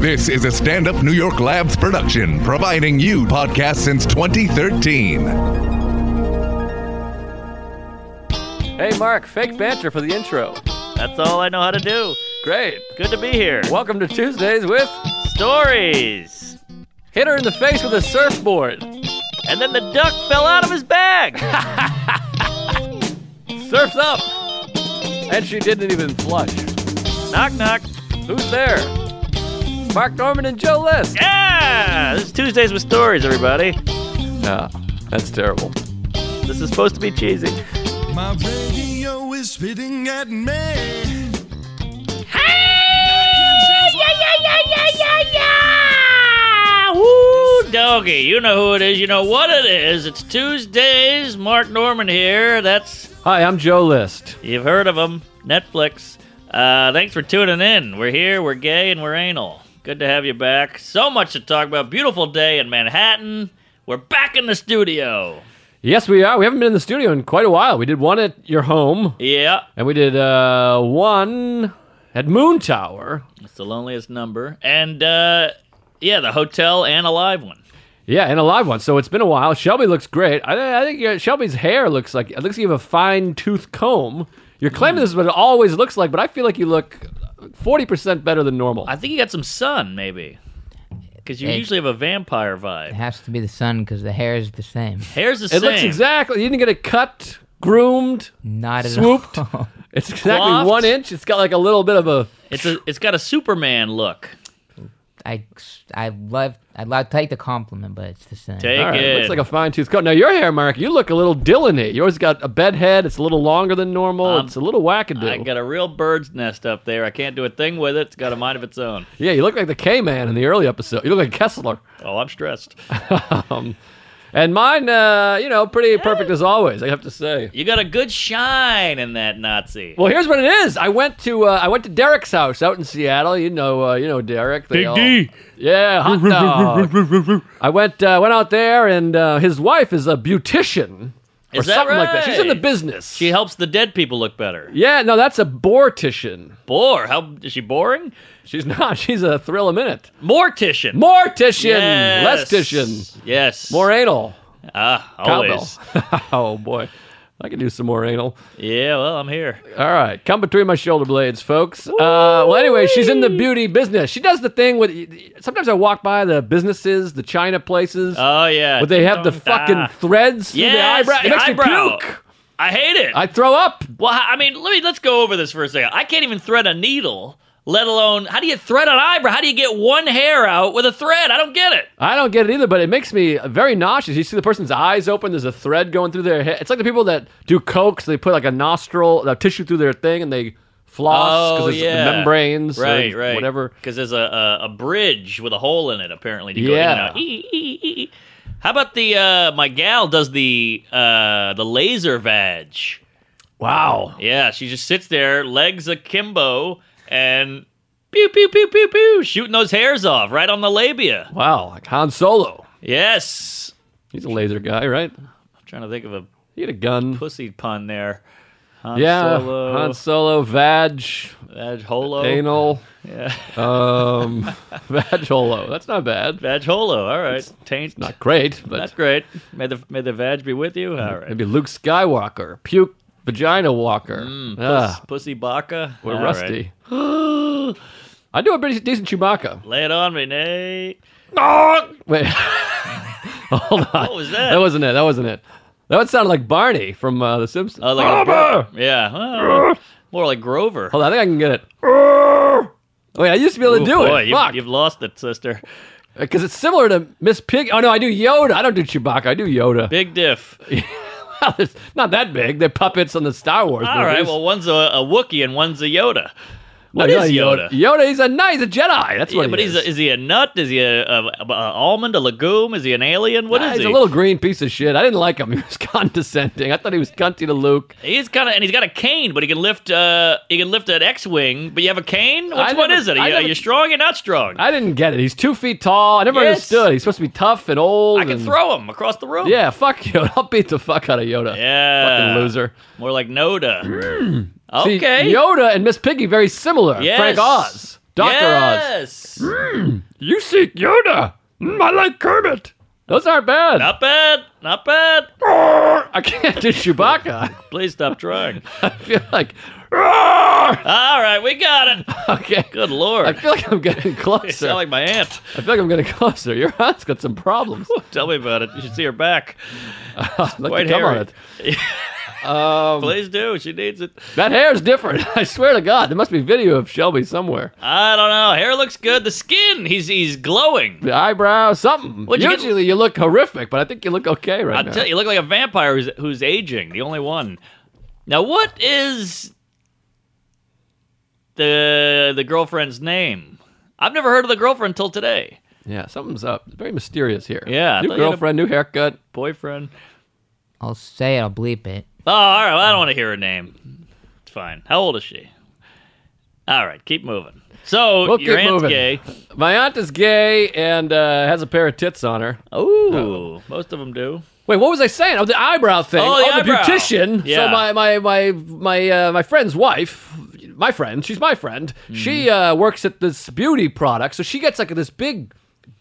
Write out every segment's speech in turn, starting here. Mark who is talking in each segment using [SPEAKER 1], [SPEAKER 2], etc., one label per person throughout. [SPEAKER 1] This is a stand up New York Labs production, providing you podcasts since 2013.
[SPEAKER 2] Hey, Mark, fake banter for the intro.
[SPEAKER 3] That's all I know how to do.
[SPEAKER 2] Great.
[SPEAKER 3] Good to be here.
[SPEAKER 2] Welcome to Tuesdays with
[SPEAKER 3] Stories.
[SPEAKER 2] Hit Her in the Face with a Surfboard.
[SPEAKER 3] And then the duck fell out of his bag.
[SPEAKER 2] Surf's up! And she didn't even flush.
[SPEAKER 3] knock, knock.
[SPEAKER 2] Who's there? Mark Norman and Joe List.
[SPEAKER 3] Yeah! This is Tuesdays with Stories, everybody.
[SPEAKER 2] No, Ah, that's terrible.
[SPEAKER 3] This is supposed to be cheesy.
[SPEAKER 4] My radio is spitting at me.
[SPEAKER 3] Woo, doggy. You know who it is. You know what it is. It's Tuesdays. Mark Norman here. That's,
[SPEAKER 2] Hi, I'm Joe List.
[SPEAKER 3] you've heard of him. Netflix. Uh, thanks for tuning in. We're here. We're gay and we're anal. Good to have you back. So much to talk about. Beautiful day in Manhattan. We're back in the studio.
[SPEAKER 2] Yes, we are. We haven't been in the studio in quite a while. We did one at your home,
[SPEAKER 3] Yeah.
[SPEAKER 2] and we did uh, one at Moon Tower.
[SPEAKER 3] It's the loneliest number. And uh yeah, the hotel and a live one.
[SPEAKER 2] Yeah, and a live one. So it's been a while. Shelby looks great. I, I think your, Shelby's hair looks like it looks like you have a fine tooth comb. You're claiming this is what it always looks like, but I feel like you look forty percent better than normal.
[SPEAKER 3] I think you got some sun maybe. Cuz you
[SPEAKER 5] Hey.
[SPEAKER 3] usually have a vampire
[SPEAKER 5] It
[SPEAKER 3] vibe.
[SPEAKER 5] has to be the sun because the hair is the same.
[SPEAKER 3] Hair's the
[SPEAKER 2] it
[SPEAKER 3] same.
[SPEAKER 2] looks exactly. You didn't get it cut, groomed,
[SPEAKER 5] Not at
[SPEAKER 2] swooped.
[SPEAKER 5] all.
[SPEAKER 2] It's exactly
[SPEAKER 3] Coiffed.
[SPEAKER 2] one inch. It's got like a little bit of a.
[SPEAKER 3] It's a, it's got a Superman look.
[SPEAKER 5] I, I love I love take the compliment, but it's the same.
[SPEAKER 3] Take
[SPEAKER 2] All right,
[SPEAKER 3] it.
[SPEAKER 2] it looks like a fine tooth comb. Now your hair, Mark, you look a little Dylan-y. Yours got a bed head. It's a little longer than normal.
[SPEAKER 3] Um,
[SPEAKER 2] it's a little wackadoo.
[SPEAKER 3] I got a real bird's nest up there. I can't do a thing with it. It's got a mind of its own.
[SPEAKER 2] yeah, you look like the K-man in the early episode. You look like Kessler.
[SPEAKER 3] Oh, I'm stressed.
[SPEAKER 2] And mine, uh, you know, pretty perfect as always. I have to say.
[SPEAKER 3] You got a good shine in that Nazi.
[SPEAKER 2] Well, here's what it is. I went to uh, I went to Derek's house out in Seattle. You know, uh, you know Derek. They all- Yeah, hot dog. I went uh, went out there, and uh, his wife is a beautician or
[SPEAKER 3] Is that
[SPEAKER 2] something like that. She's in the
[SPEAKER 3] right?
[SPEAKER 2] business.
[SPEAKER 3] She helps the dead people look better.
[SPEAKER 2] yeah, no, that's a bortician.
[SPEAKER 3] Bore. How is she boring?
[SPEAKER 2] She's not. She's a thrill a minute.
[SPEAKER 3] Mortician.
[SPEAKER 2] Mortician,
[SPEAKER 3] Yes.
[SPEAKER 2] lestician,
[SPEAKER 3] Yes.
[SPEAKER 2] more anal.
[SPEAKER 3] Ah,
[SPEAKER 2] Cowbell.
[SPEAKER 3] always.
[SPEAKER 2] oh boy, I could do some more anal.
[SPEAKER 3] Yeah, well, I'm here.
[SPEAKER 2] All right, come between my shoulder blades, folks. Uh, well, anyway, she's in the beauty business. She does the thing with. Sometimes I walk by the businesses, the China places,
[SPEAKER 3] Oh yeah.
[SPEAKER 2] where they have the fucking threads through the
[SPEAKER 3] Yes,
[SPEAKER 2] eyebrow. It
[SPEAKER 3] the
[SPEAKER 2] makes
[SPEAKER 3] eyebrow.
[SPEAKER 2] me puke.
[SPEAKER 3] I hate it.
[SPEAKER 2] I throw up.
[SPEAKER 3] well, I I mean, let me let's go over this for a second. I can't even thread a needle, let alone how do you thread an eyebrow? How do you get one hair out with a thread? I don't get it.
[SPEAKER 2] I don't get it either, but it makes me very nauseous. You see the person's eyes open. There's a thread going through their head. It's like the people that do coke. So they put like a nostril, a tissue through their thing, and they floss
[SPEAKER 3] oh
[SPEAKER 2] because it's
[SPEAKER 3] yeah.
[SPEAKER 2] the membranes, or
[SPEAKER 3] right? Right.
[SPEAKER 2] Whatever.
[SPEAKER 3] Because there's a, a a bridge with a hole in it apparently. To Go in and
[SPEAKER 2] Yeah.
[SPEAKER 3] out. Ee, ee, ee, ee. How about the uh, my gal does the uh, the laser vag?
[SPEAKER 2] Wow.
[SPEAKER 3] Yeah, she just sits there, legs akimbo, and pew pew pew pew pew, shooting those hairs off right on the labia.
[SPEAKER 2] Wow. Like Han Solo.
[SPEAKER 3] Yes,
[SPEAKER 2] He's a laser guy, right?
[SPEAKER 3] I'm trying to think of a
[SPEAKER 2] He had a gun.
[SPEAKER 3] pussy pun there. Han
[SPEAKER 2] yeah,
[SPEAKER 3] Solo,
[SPEAKER 2] Han Solo, Vag,
[SPEAKER 3] Vag Holo,
[SPEAKER 2] Anal,
[SPEAKER 3] yeah,
[SPEAKER 2] um, Vag Holo. That's not bad.
[SPEAKER 3] Vag Holo. All right, taint.
[SPEAKER 2] Not great,
[SPEAKER 3] That's
[SPEAKER 2] but
[SPEAKER 3] great. May the may the vag be with you. All right.
[SPEAKER 2] maybe Luke Skywalker, puke vagina walker.
[SPEAKER 3] Puss,
[SPEAKER 2] ah,
[SPEAKER 3] pussy baka.
[SPEAKER 2] we're
[SPEAKER 3] Mm, All right.
[SPEAKER 2] rusty. I do a pretty decent Chewbacca.
[SPEAKER 3] Lay it on me, Nate.
[SPEAKER 2] Wait, hold on.
[SPEAKER 3] What was
[SPEAKER 2] That
[SPEAKER 3] that?
[SPEAKER 2] wasn't it. That wasn't it. That one sounded like Barney from uh, The Simpsons.
[SPEAKER 3] Oh, like a
[SPEAKER 2] Homer!
[SPEAKER 3] gro- yeah. Oh, more like Grover.
[SPEAKER 2] Hold on, I think I can get it. Wait, I used to be able to
[SPEAKER 3] Ooh,
[SPEAKER 2] do
[SPEAKER 3] boy,
[SPEAKER 2] it.
[SPEAKER 3] you-
[SPEAKER 2] Fuck.
[SPEAKER 3] you've lost it, sister.
[SPEAKER 2] Because it's similar to Miss Pig. Oh no, I do Yoda. I don't do Chewbacca. I do Yoda.
[SPEAKER 3] Big diff.
[SPEAKER 2] Well, it's not that big. They're puppets on the Star Wars.
[SPEAKER 3] All right.
[SPEAKER 2] movies.
[SPEAKER 3] Well, one's a, a Wookiee and one's a Yoda. What
[SPEAKER 2] No,
[SPEAKER 3] is
[SPEAKER 2] he's not
[SPEAKER 3] Yoda?
[SPEAKER 2] Yoda. He's a no, he's a Jedi. That's what
[SPEAKER 3] Yeah,
[SPEAKER 2] he
[SPEAKER 3] but
[SPEAKER 2] is.
[SPEAKER 3] he's a, is he a nut? Is he a, a, a, a almond? A legume? Is he an alien? What is
[SPEAKER 2] Nah, he's
[SPEAKER 3] he?
[SPEAKER 2] a little green piece of shit. I didn't like him. He was condescending. I thought he was cunty to Luke.
[SPEAKER 3] He's kind of and he's got a cane, but he can lift. Uh, he can lift an X-wing. But you have a cane. Which
[SPEAKER 2] I
[SPEAKER 3] one
[SPEAKER 2] never-
[SPEAKER 3] is it? Are
[SPEAKER 2] I
[SPEAKER 3] you, are
[SPEAKER 2] never-
[SPEAKER 3] you strong? You're not strong. I,
[SPEAKER 2] I didn't get it. He's two feet tall. I never
[SPEAKER 3] Yes.
[SPEAKER 2] understood. He's supposed to be tough and old.
[SPEAKER 3] can
[SPEAKER 2] and-
[SPEAKER 3] throw him across the room.
[SPEAKER 2] Yeah, fuck Yoda. I'll beat the fuck out of Yoda.
[SPEAKER 3] Yeah.
[SPEAKER 2] Fucking loser.
[SPEAKER 3] More like Noda.
[SPEAKER 2] See,
[SPEAKER 3] okay.
[SPEAKER 2] Yoda and Miss Piggy very similar.
[SPEAKER 3] Yes.
[SPEAKER 2] Frank Oz. Dr. Oz.
[SPEAKER 3] yes!
[SPEAKER 2] You seek Yoda. Mm, I like Kermit. Those aren't bad.
[SPEAKER 3] Not bad. Not bad.
[SPEAKER 2] I can't do Chewbacca.
[SPEAKER 3] Please stop trying.
[SPEAKER 2] I feel like.
[SPEAKER 3] All right, we got it.
[SPEAKER 2] Okay.
[SPEAKER 3] Good lord.
[SPEAKER 2] I feel like I'm getting
[SPEAKER 3] You
[SPEAKER 2] closer.
[SPEAKER 3] sound like my aunt.
[SPEAKER 2] I feel like I'm getting closer. Your aunt's got some problems.
[SPEAKER 3] Tell me about it. You should see her back.
[SPEAKER 2] Look
[SPEAKER 3] Quite
[SPEAKER 2] at come on
[SPEAKER 3] hairy.
[SPEAKER 2] it. Um,
[SPEAKER 3] Please do. She needs it.
[SPEAKER 2] That hair's different. I swear to God, there must be video of Shelby somewhere.
[SPEAKER 3] I don't know. Hair looks good. The skin. He's he's glowing.
[SPEAKER 2] The eyebrow, something.
[SPEAKER 3] What'd you get-
[SPEAKER 2] Usually you look horrific, but I think you look okay right
[SPEAKER 3] I'll
[SPEAKER 2] now.
[SPEAKER 3] tell you. You look like a vampire who's who's aging. The only one. Now what is the the girlfriend's name? I've never heard of the girlfriend till today.
[SPEAKER 2] Yeah, something's up. Very mysterious here.
[SPEAKER 3] Yeah, I
[SPEAKER 2] New
[SPEAKER 3] thought you had a-
[SPEAKER 2] girlfriend, new haircut.
[SPEAKER 3] Boyfriend.
[SPEAKER 5] I'll say it. I'll bleep it.
[SPEAKER 3] Oh, all right. Well, I don't want to hear her name. It's fine. How old is she? All right, keep moving. So
[SPEAKER 2] We'll
[SPEAKER 3] your
[SPEAKER 2] keep
[SPEAKER 3] aunt's
[SPEAKER 2] moving.
[SPEAKER 3] gay.
[SPEAKER 2] My aunt is gay and uh, has a pair of tits on her.
[SPEAKER 3] Oh, most of them do.
[SPEAKER 2] Wait, what was I saying? Oh, the eyebrow thing.
[SPEAKER 3] Oh, the eyebrow.
[SPEAKER 2] beautician.
[SPEAKER 3] Yeah.
[SPEAKER 2] So my my my my uh, my friend's wife, my friend, she's my friend. She
[SPEAKER 3] Mm-hmm.
[SPEAKER 2] uh, works at this beauty product, so she gets like this big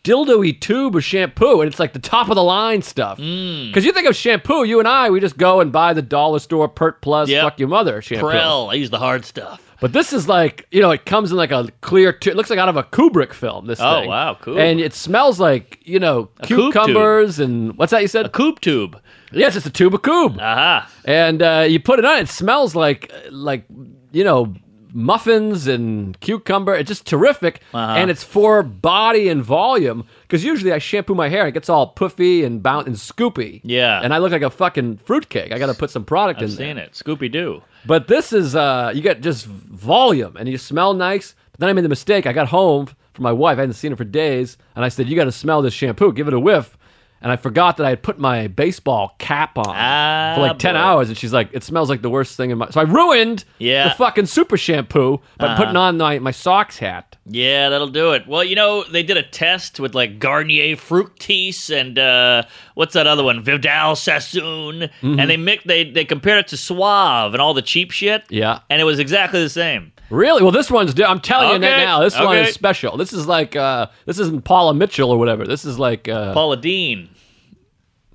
[SPEAKER 2] dildo-y tube of shampoo, and it's like the top of the line stuff.
[SPEAKER 3] Mm.
[SPEAKER 2] Because you think of shampoo, you and I, we just go and buy the dollar store Pert Plus
[SPEAKER 3] Yep.
[SPEAKER 2] Fuck Your Mother shampoo.
[SPEAKER 3] Prel. I use the hard stuff.
[SPEAKER 2] But this is like, you know, it comes in like a clear, tu- it looks like out of a Kubrick film, this
[SPEAKER 3] Oh,
[SPEAKER 2] thing.
[SPEAKER 3] wow, cool.
[SPEAKER 2] And it smells like, you know,
[SPEAKER 3] coupe tube.
[SPEAKER 2] cucumbers and what's that you said?
[SPEAKER 3] Coop tube.
[SPEAKER 2] yes, it's a tube of cube.
[SPEAKER 3] Aha.
[SPEAKER 2] and uh, you put it on, it smells like, like, you know, muffins and cucumber. It's just terrific.
[SPEAKER 3] Uh-huh.
[SPEAKER 2] And it's for body and volume. Because usually I shampoo my hair and it gets all puffy and bound and scoopy.
[SPEAKER 3] Yeah.
[SPEAKER 2] And I look like a fucking fruitcake. I got to put some product in
[SPEAKER 3] I've
[SPEAKER 2] there.
[SPEAKER 3] seen it. Scooby Doo.
[SPEAKER 2] But this is uh you got just volume and you smell nice. But then I made the mistake. I got home from my wife. I hadn't seen her for days, and I said, "You got to smell this shampoo. Give it a whiff." And I forgot that I had put my baseball cap on
[SPEAKER 3] Ah,
[SPEAKER 2] for like ten
[SPEAKER 3] boy.
[SPEAKER 2] hours, and she's like, "It smells like the worst thing in my." So I ruined
[SPEAKER 3] Yeah. Uh-huh.
[SPEAKER 2] the fucking super shampoo by putting on my, my socks hat.
[SPEAKER 3] Yeah, that'll do it. Well, you know, they did a test with like Garnier Fructis and uh, what's that other one? Vidal Sassoon. And they
[SPEAKER 2] Mm-hmm.
[SPEAKER 3] mix, they they compared it to Suave and all the cheap shit.
[SPEAKER 2] Yeah.
[SPEAKER 3] And it was exactly the same.
[SPEAKER 2] Really? Well, this one's. di- I'm telling you
[SPEAKER 3] Okay,
[SPEAKER 2] that now. This one
[SPEAKER 3] okay.
[SPEAKER 2] is special. This is like uh, this isn't Paula Mitchell or whatever. This is like uh,
[SPEAKER 3] Paula Dean.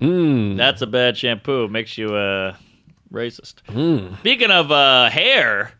[SPEAKER 2] Mm.
[SPEAKER 3] That's a bad shampoo. Makes you uh, racist.
[SPEAKER 2] Mm.
[SPEAKER 3] Speaking of uh, hair,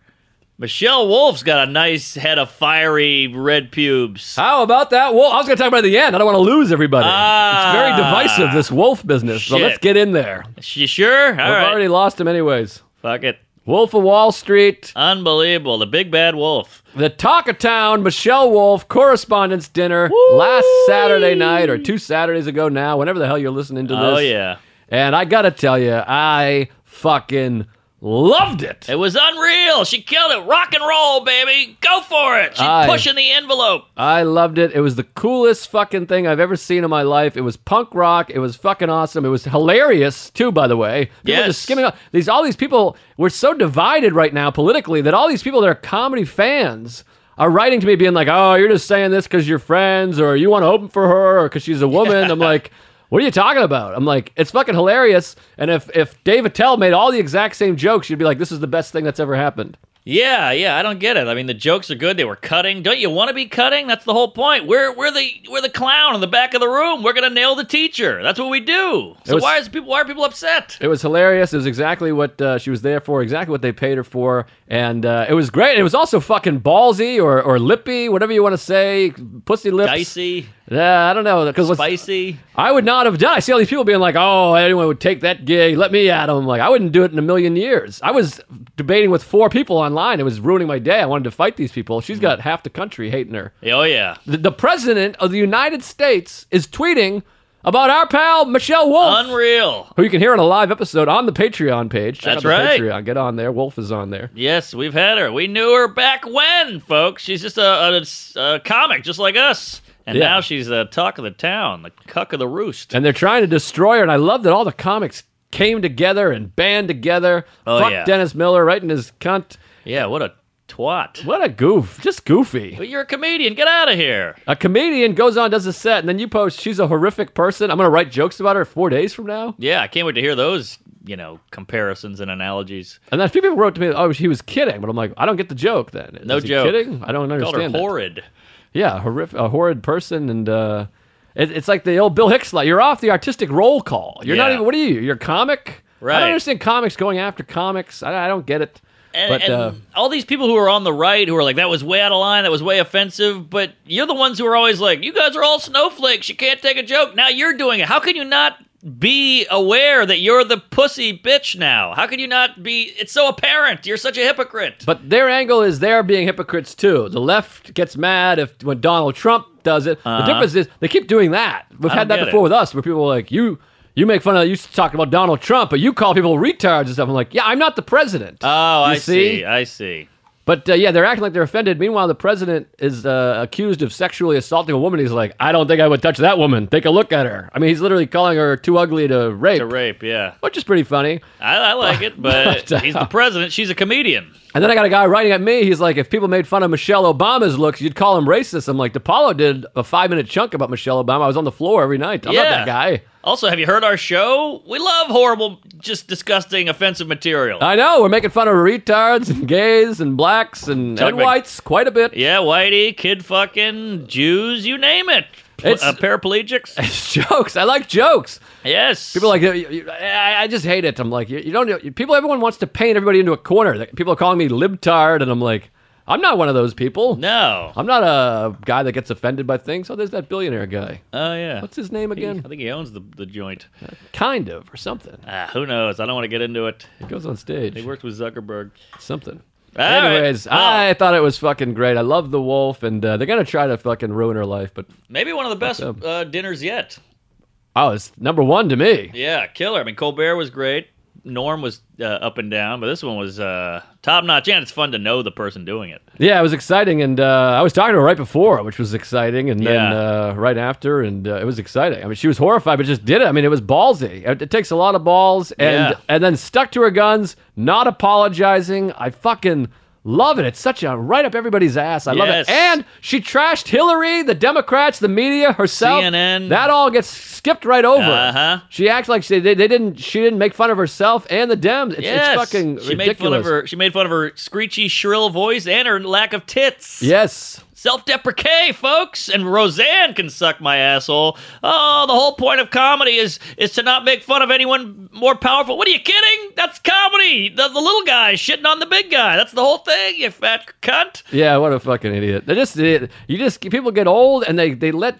[SPEAKER 3] Michelle Wolf's got a nice head of fiery red pubes.
[SPEAKER 2] How about that wolf? I was going to talk about it at the end. I don't want to lose everybody.
[SPEAKER 3] Ah.
[SPEAKER 2] it's very divisive, this wolf business. So
[SPEAKER 3] Shit.
[SPEAKER 2] let's get in there.
[SPEAKER 3] You sure? All right.
[SPEAKER 2] We've already lost him, anyways.
[SPEAKER 3] Fuck it.
[SPEAKER 2] Wolf of Wall Street,
[SPEAKER 3] Unbelievable. The big bad wolf.
[SPEAKER 2] the Talk of Town, Michelle Wolf Correspondence Dinner last Saturday night or two Saturdays ago now, whenever the hell you're listening to this.
[SPEAKER 3] Oh, yeah.
[SPEAKER 2] And I got to tell you, I fucking loved it.
[SPEAKER 3] It was unreal. She killed it. Rock and roll, baby. Go for it. She's
[SPEAKER 2] Aye.
[SPEAKER 3] pushing the envelope.
[SPEAKER 2] I loved it. It was the coolest fucking thing I've ever seen in my life. It was punk rock. It was fucking awesome. It was hilarious too, by the way. People
[SPEAKER 3] Yes.
[SPEAKER 2] just skimming up. These all these people we're so divided right now politically that all these people that are comedy fans are writing to me being like, "Oh, you're just saying this because you're friends, or you want to open for her, or because she's a woman." I'm like. What are you talking about? I'm like, it's fucking hilarious. And if if Dave Attell made all the exact same jokes, you'd be like, this is the best thing that's ever happened.
[SPEAKER 3] Yeah, yeah, I don't get it. I mean, the jokes are good. They were cutting. Don't you want to be cutting? That's the whole point. We're we're the we're the clown in the back of the room. We're gonna nail the teacher. That's what we do. So
[SPEAKER 2] was-
[SPEAKER 3] why is people why are people upset?
[SPEAKER 2] It was hilarious. It was exactly what uh, she was there for, exactly what they paid her for, and uh, it was great. It was also fucking ballsy or, or lippy, whatever you want to say, pussy lips.
[SPEAKER 3] Dicey,
[SPEAKER 2] Yeah, I don't know because
[SPEAKER 3] spicy.
[SPEAKER 2] I would not have done. I see all these people being like, "Oh, anyone would take that gig. Let me at them." Like I wouldn't do it in a million years. I was debating with four people online. It was ruining my day. I wanted to fight these people. She's got half the country hating her.
[SPEAKER 3] Oh yeah,
[SPEAKER 2] The, the president of the United States is tweeting about our pal Michelle Wolf
[SPEAKER 3] unreal.
[SPEAKER 2] who you can hear in a live episode on the Patreon page. Check
[SPEAKER 3] That's
[SPEAKER 2] out the
[SPEAKER 3] right.
[SPEAKER 2] Patreon. Get on there. Wolf is on there.
[SPEAKER 3] Yes, we've had her. We knew her back when, folks. She's just a, a, a comic, just like us. And
[SPEAKER 2] Yeah.
[SPEAKER 3] now she's the talk of the town, the cuck of the roost.
[SPEAKER 2] And they're trying to destroy her. And I love that all the comics came together and band together.
[SPEAKER 3] Oh,
[SPEAKER 2] Fuck
[SPEAKER 3] yeah.
[SPEAKER 2] Dennis Miller right in his cunt.
[SPEAKER 3] yeah, what a twat.
[SPEAKER 2] What a goof. Just goofy.
[SPEAKER 3] But you're a comedian. Get out of here.
[SPEAKER 2] A comedian goes on, does a set, and then you post, she's a horrific person. I'm going to write jokes about her four days from now.
[SPEAKER 3] Yeah, I can't wait to hear those you know, comparisons and analogies.
[SPEAKER 2] And then a few people wrote to me, "Oh, he was kidding," but I'm like, I don't get the joke. Then
[SPEAKER 3] No
[SPEAKER 2] Is he
[SPEAKER 3] joke.
[SPEAKER 2] Kidding? I don't
[SPEAKER 3] Called her
[SPEAKER 2] understand. that.
[SPEAKER 3] horrid.
[SPEAKER 2] Yeah, horrific, a horrid person, and uh, it, it's like the old Bill Hicks line. You're off the artistic roll call. You're not
[SPEAKER 3] Yeah.
[SPEAKER 2] even. What are you? You're a comic. I
[SPEAKER 3] Right.
[SPEAKER 2] don't understand comics going after comics. I, I don't get it.
[SPEAKER 3] And,
[SPEAKER 2] but
[SPEAKER 3] and
[SPEAKER 2] uh,
[SPEAKER 3] all these people who are on the right who are like, that was way out of line, that was way offensive, but you're the ones who are always like, you guys are all snowflakes, you can't take a joke. Now you're doing it. How can you not be aware that you're the pussy bitch now? How can you not be? It's so apparent. You're such a hypocrite.
[SPEAKER 2] but their angle is they're being hypocrites too. The left gets mad if when Donald Trump does it. The difference is they keep doing that. We've
[SPEAKER 3] Uh-huh. I
[SPEAKER 2] had
[SPEAKER 3] don't
[SPEAKER 2] that
[SPEAKER 3] get
[SPEAKER 2] before
[SPEAKER 3] it.
[SPEAKER 2] with us, where people are like you. You make fun of you talk about Donald Trump, but you call people retards and stuff. I'm like, yeah, I'm not the president.
[SPEAKER 3] oh,
[SPEAKER 2] You
[SPEAKER 3] I see? I see.
[SPEAKER 2] But uh, yeah, they're acting like they're offended. Meanwhile, the president is uh, accused of sexually assaulting a woman. He's like, I don't think I would touch that woman. Take a look at her. I mean, he's literally calling her too ugly to rape,
[SPEAKER 3] The rape, yeah.
[SPEAKER 2] which is pretty funny.
[SPEAKER 3] I, I like it, but
[SPEAKER 2] But, uh,
[SPEAKER 3] he's the president. She's a comedian.
[SPEAKER 2] And then I got a guy writing at me. He's like, if people made fun of Michelle Obama's looks, you'd call him racist. I'm like, DePaulo did a five minute chunk about Michelle Obama. I was on the floor every night. I'm not that guy.
[SPEAKER 3] Also, have you heard our show? We love horrible, just disgusting, offensive material.
[SPEAKER 2] I know. We're making fun of retards and gays and blacks and,
[SPEAKER 3] Talk
[SPEAKER 2] and
[SPEAKER 3] about-
[SPEAKER 2] whites quite a bit.
[SPEAKER 3] yeah, whitey, kid fucking, Jews, you name it. Pl-
[SPEAKER 2] It's-
[SPEAKER 3] uh, paraplegics.
[SPEAKER 2] It's jokes. I like jokes.
[SPEAKER 3] yes.
[SPEAKER 2] People are like, "You- you- I, I just hate it. I'm like, you, you don't. you- People, everyone wants to paint everybody into a corner. Like, People are calling me libtard, and I'm like, I'm not one of those people.
[SPEAKER 3] no.
[SPEAKER 2] I'm not a guy that gets offended by things. Oh, there's that billionaire guy.
[SPEAKER 3] Oh, yeah.
[SPEAKER 2] What's his name
[SPEAKER 3] He- I
[SPEAKER 2] again?
[SPEAKER 3] think he owns the, the joint.
[SPEAKER 2] Kind of, or something.
[SPEAKER 3] Ah, who knows? I don't want to get into it.
[SPEAKER 2] He goes on stage.
[SPEAKER 3] He worked with Zuckerberg.
[SPEAKER 2] Something.
[SPEAKER 3] All right. Oh.
[SPEAKER 2] Anyways,
[SPEAKER 3] Well,
[SPEAKER 2] I thought it was fucking great. I love the wolf, and uh, they're gonna try to fucking ruin her life. But
[SPEAKER 3] maybe one of the best
[SPEAKER 2] up?
[SPEAKER 3] uh, dinners yet.
[SPEAKER 2] oh, it's number one to me.
[SPEAKER 3] Yeah, killer. I mean, Colbert was great. Norm was uh, up and down, but this one was uh, top notch, and it's fun to know the person doing it.
[SPEAKER 2] Yeah, it was exciting, and uh, I was talking to her right before, which was exciting, and then
[SPEAKER 3] Yeah.
[SPEAKER 2] uh, right after, and uh, it was exciting. I mean, she was horrified, but just did it. I mean, it was ballsy. It, it takes a lot of balls, and
[SPEAKER 3] Yeah.
[SPEAKER 2] and then stuck to her guns, not apologizing. I fucking love it. It's such a right up everybody's ass. I love it.
[SPEAKER 3] Yes.
[SPEAKER 2] And she trashed Hillary, the Democrats, the media, herself.
[SPEAKER 3] CNN.
[SPEAKER 2] That all gets skipped right over.
[SPEAKER 3] Uh-huh.
[SPEAKER 2] She acts like she they, they didn't. She didn't make fun of herself and the Dems. It's,
[SPEAKER 3] Yes,
[SPEAKER 2] it's fucking
[SPEAKER 3] she
[SPEAKER 2] ridiculous.
[SPEAKER 3] made fun of her. She made fun of her screechy, shrill voice and her lack of tits.
[SPEAKER 2] Yes.
[SPEAKER 3] self-deprecate, folks. And Roseanne can suck my asshole. Oh, the whole point of comedy is is to not make fun of anyone more powerful. What are you kidding? That's comedy. The, the little guy shitting on the big guy. That's the whole thing. You fat cunt.
[SPEAKER 2] Yeah, what a fucking idiot. They just you just people get old and they they let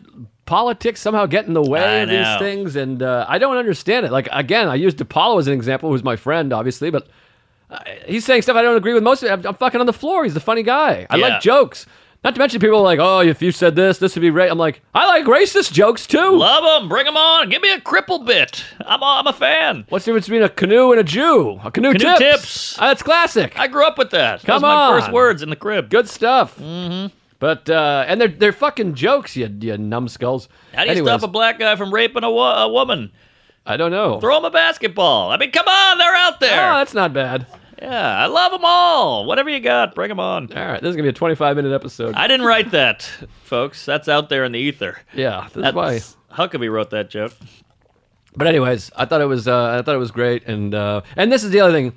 [SPEAKER 2] politics somehow get in the way
[SPEAKER 3] I
[SPEAKER 2] of these
[SPEAKER 3] know.
[SPEAKER 2] things and uh, I don't understand it. Like again, I used DePaulo as an example, who's my friend obviously, but uh, he's saying stuff I don't agree with most of it. I'm, I'm fucking on the floor. He's the funny guy. I
[SPEAKER 3] Yeah.
[SPEAKER 2] like jokes. Not to mention people are like, "Oh, if you said this, this would be right." I'm like, "I like racist jokes too."
[SPEAKER 3] Love them. Bring them on. Give me a cripple bit. I'm a, I'm a fan.
[SPEAKER 2] What's the difference between a canoe and a Jew? A canoe, tips.
[SPEAKER 3] Canoe tips.
[SPEAKER 2] Ah, that's classic.
[SPEAKER 3] I grew up with that. that
[SPEAKER 2] Come
[SPEAKER 3] was my
[SPEAKER 2] on.
[SPEAKER 3] first words in the crib.
[SPEAKER 2] Good stuff. Mm-hmm. But uh, and they're they're fucking jokes, you you numbskulls.
[SPEAKER 3] How do you
[SPEAKER 2] Anyways.
[SPEAKER 3] stop a black guy from raping a, wo- a woman?
[SPEAKER 2] I don't know.
[SPEAKER 3] Throw him a basketball. I mean, come on, they're out there.
[SPEAKER 2] Oh, that's not bad.
[SPEAKER 3] yeah, I love them all. Whatever you got, bring them on.
[SPEAKER 2] All right, this is gonna be a 25 minute episode.
[SPEAKER 3] I didn't write that, folks. That's out there in the ether.
[SPEAKER 2] yeah, that's
[SPEAKER 3] That's
[SPEAKER 2] why.
[SPEAKER 3] Huckabee wrote that joke.
[SPEAKER 2] But anyways, I thought it was uh, I thought it was great, and uh, and this is the other thing.